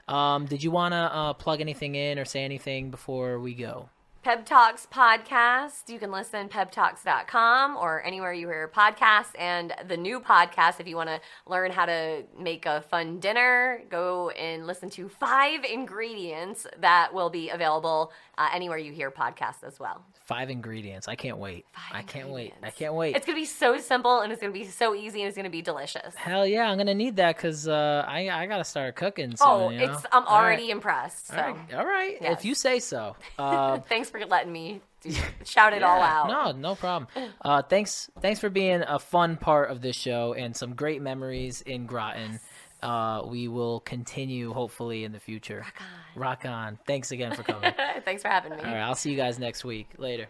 Speaker 1: Um, did you wanna uh, plug anything in or say anything before we go?
Speaker 4: Pep Talks podcast. You can listen peptalks.com or anywhere you hear podcasts and the new podcast if you want to learn how to make a fun dinner, go and listen to 5 ingredients that will be available uh, anywhere you hear podcasts as well.
Speaker 1: Five ingredients. I can't wait. I can't wait. I
Speaker 4: ingredients.
Speaker 1: can't wait.
Speaker 4: It's going to be so simple and it's going to be so easy and it's going to be delicious.
Speaker 1: Hell yeah, I'm gonna need that because uh, I I gotta start cooking. Soon,
Speaker 4: Oh,
Speaker 1: you know?
Speaker 4: it's I'm
Speaker 1: All right.
Speaker 4: already impressed. So
Speaker 1: All right, all right.
Speaker 4: Yes.
Speaker 1: if you say
Speaker 4: *laughs*
Speaker 1: so. Uh,
Speaker 4: thanks for letting me
Speaker 1: *laughs*
Speaker 4: do, shout it all
Speaker 1: yeah,
Speaker 4: out.
Speaker 1: No, no problem. Uh, thanks, thanks for being a fun part of this show and some great memories in Groton. Uh, we will continue hopefully in the future. Rock on. Rock on. Thanks again for *laughs* coming. all
Speaker 4: *laughs* thanks for having me.
Speaker 1: right, I'll see you guys next week. Later.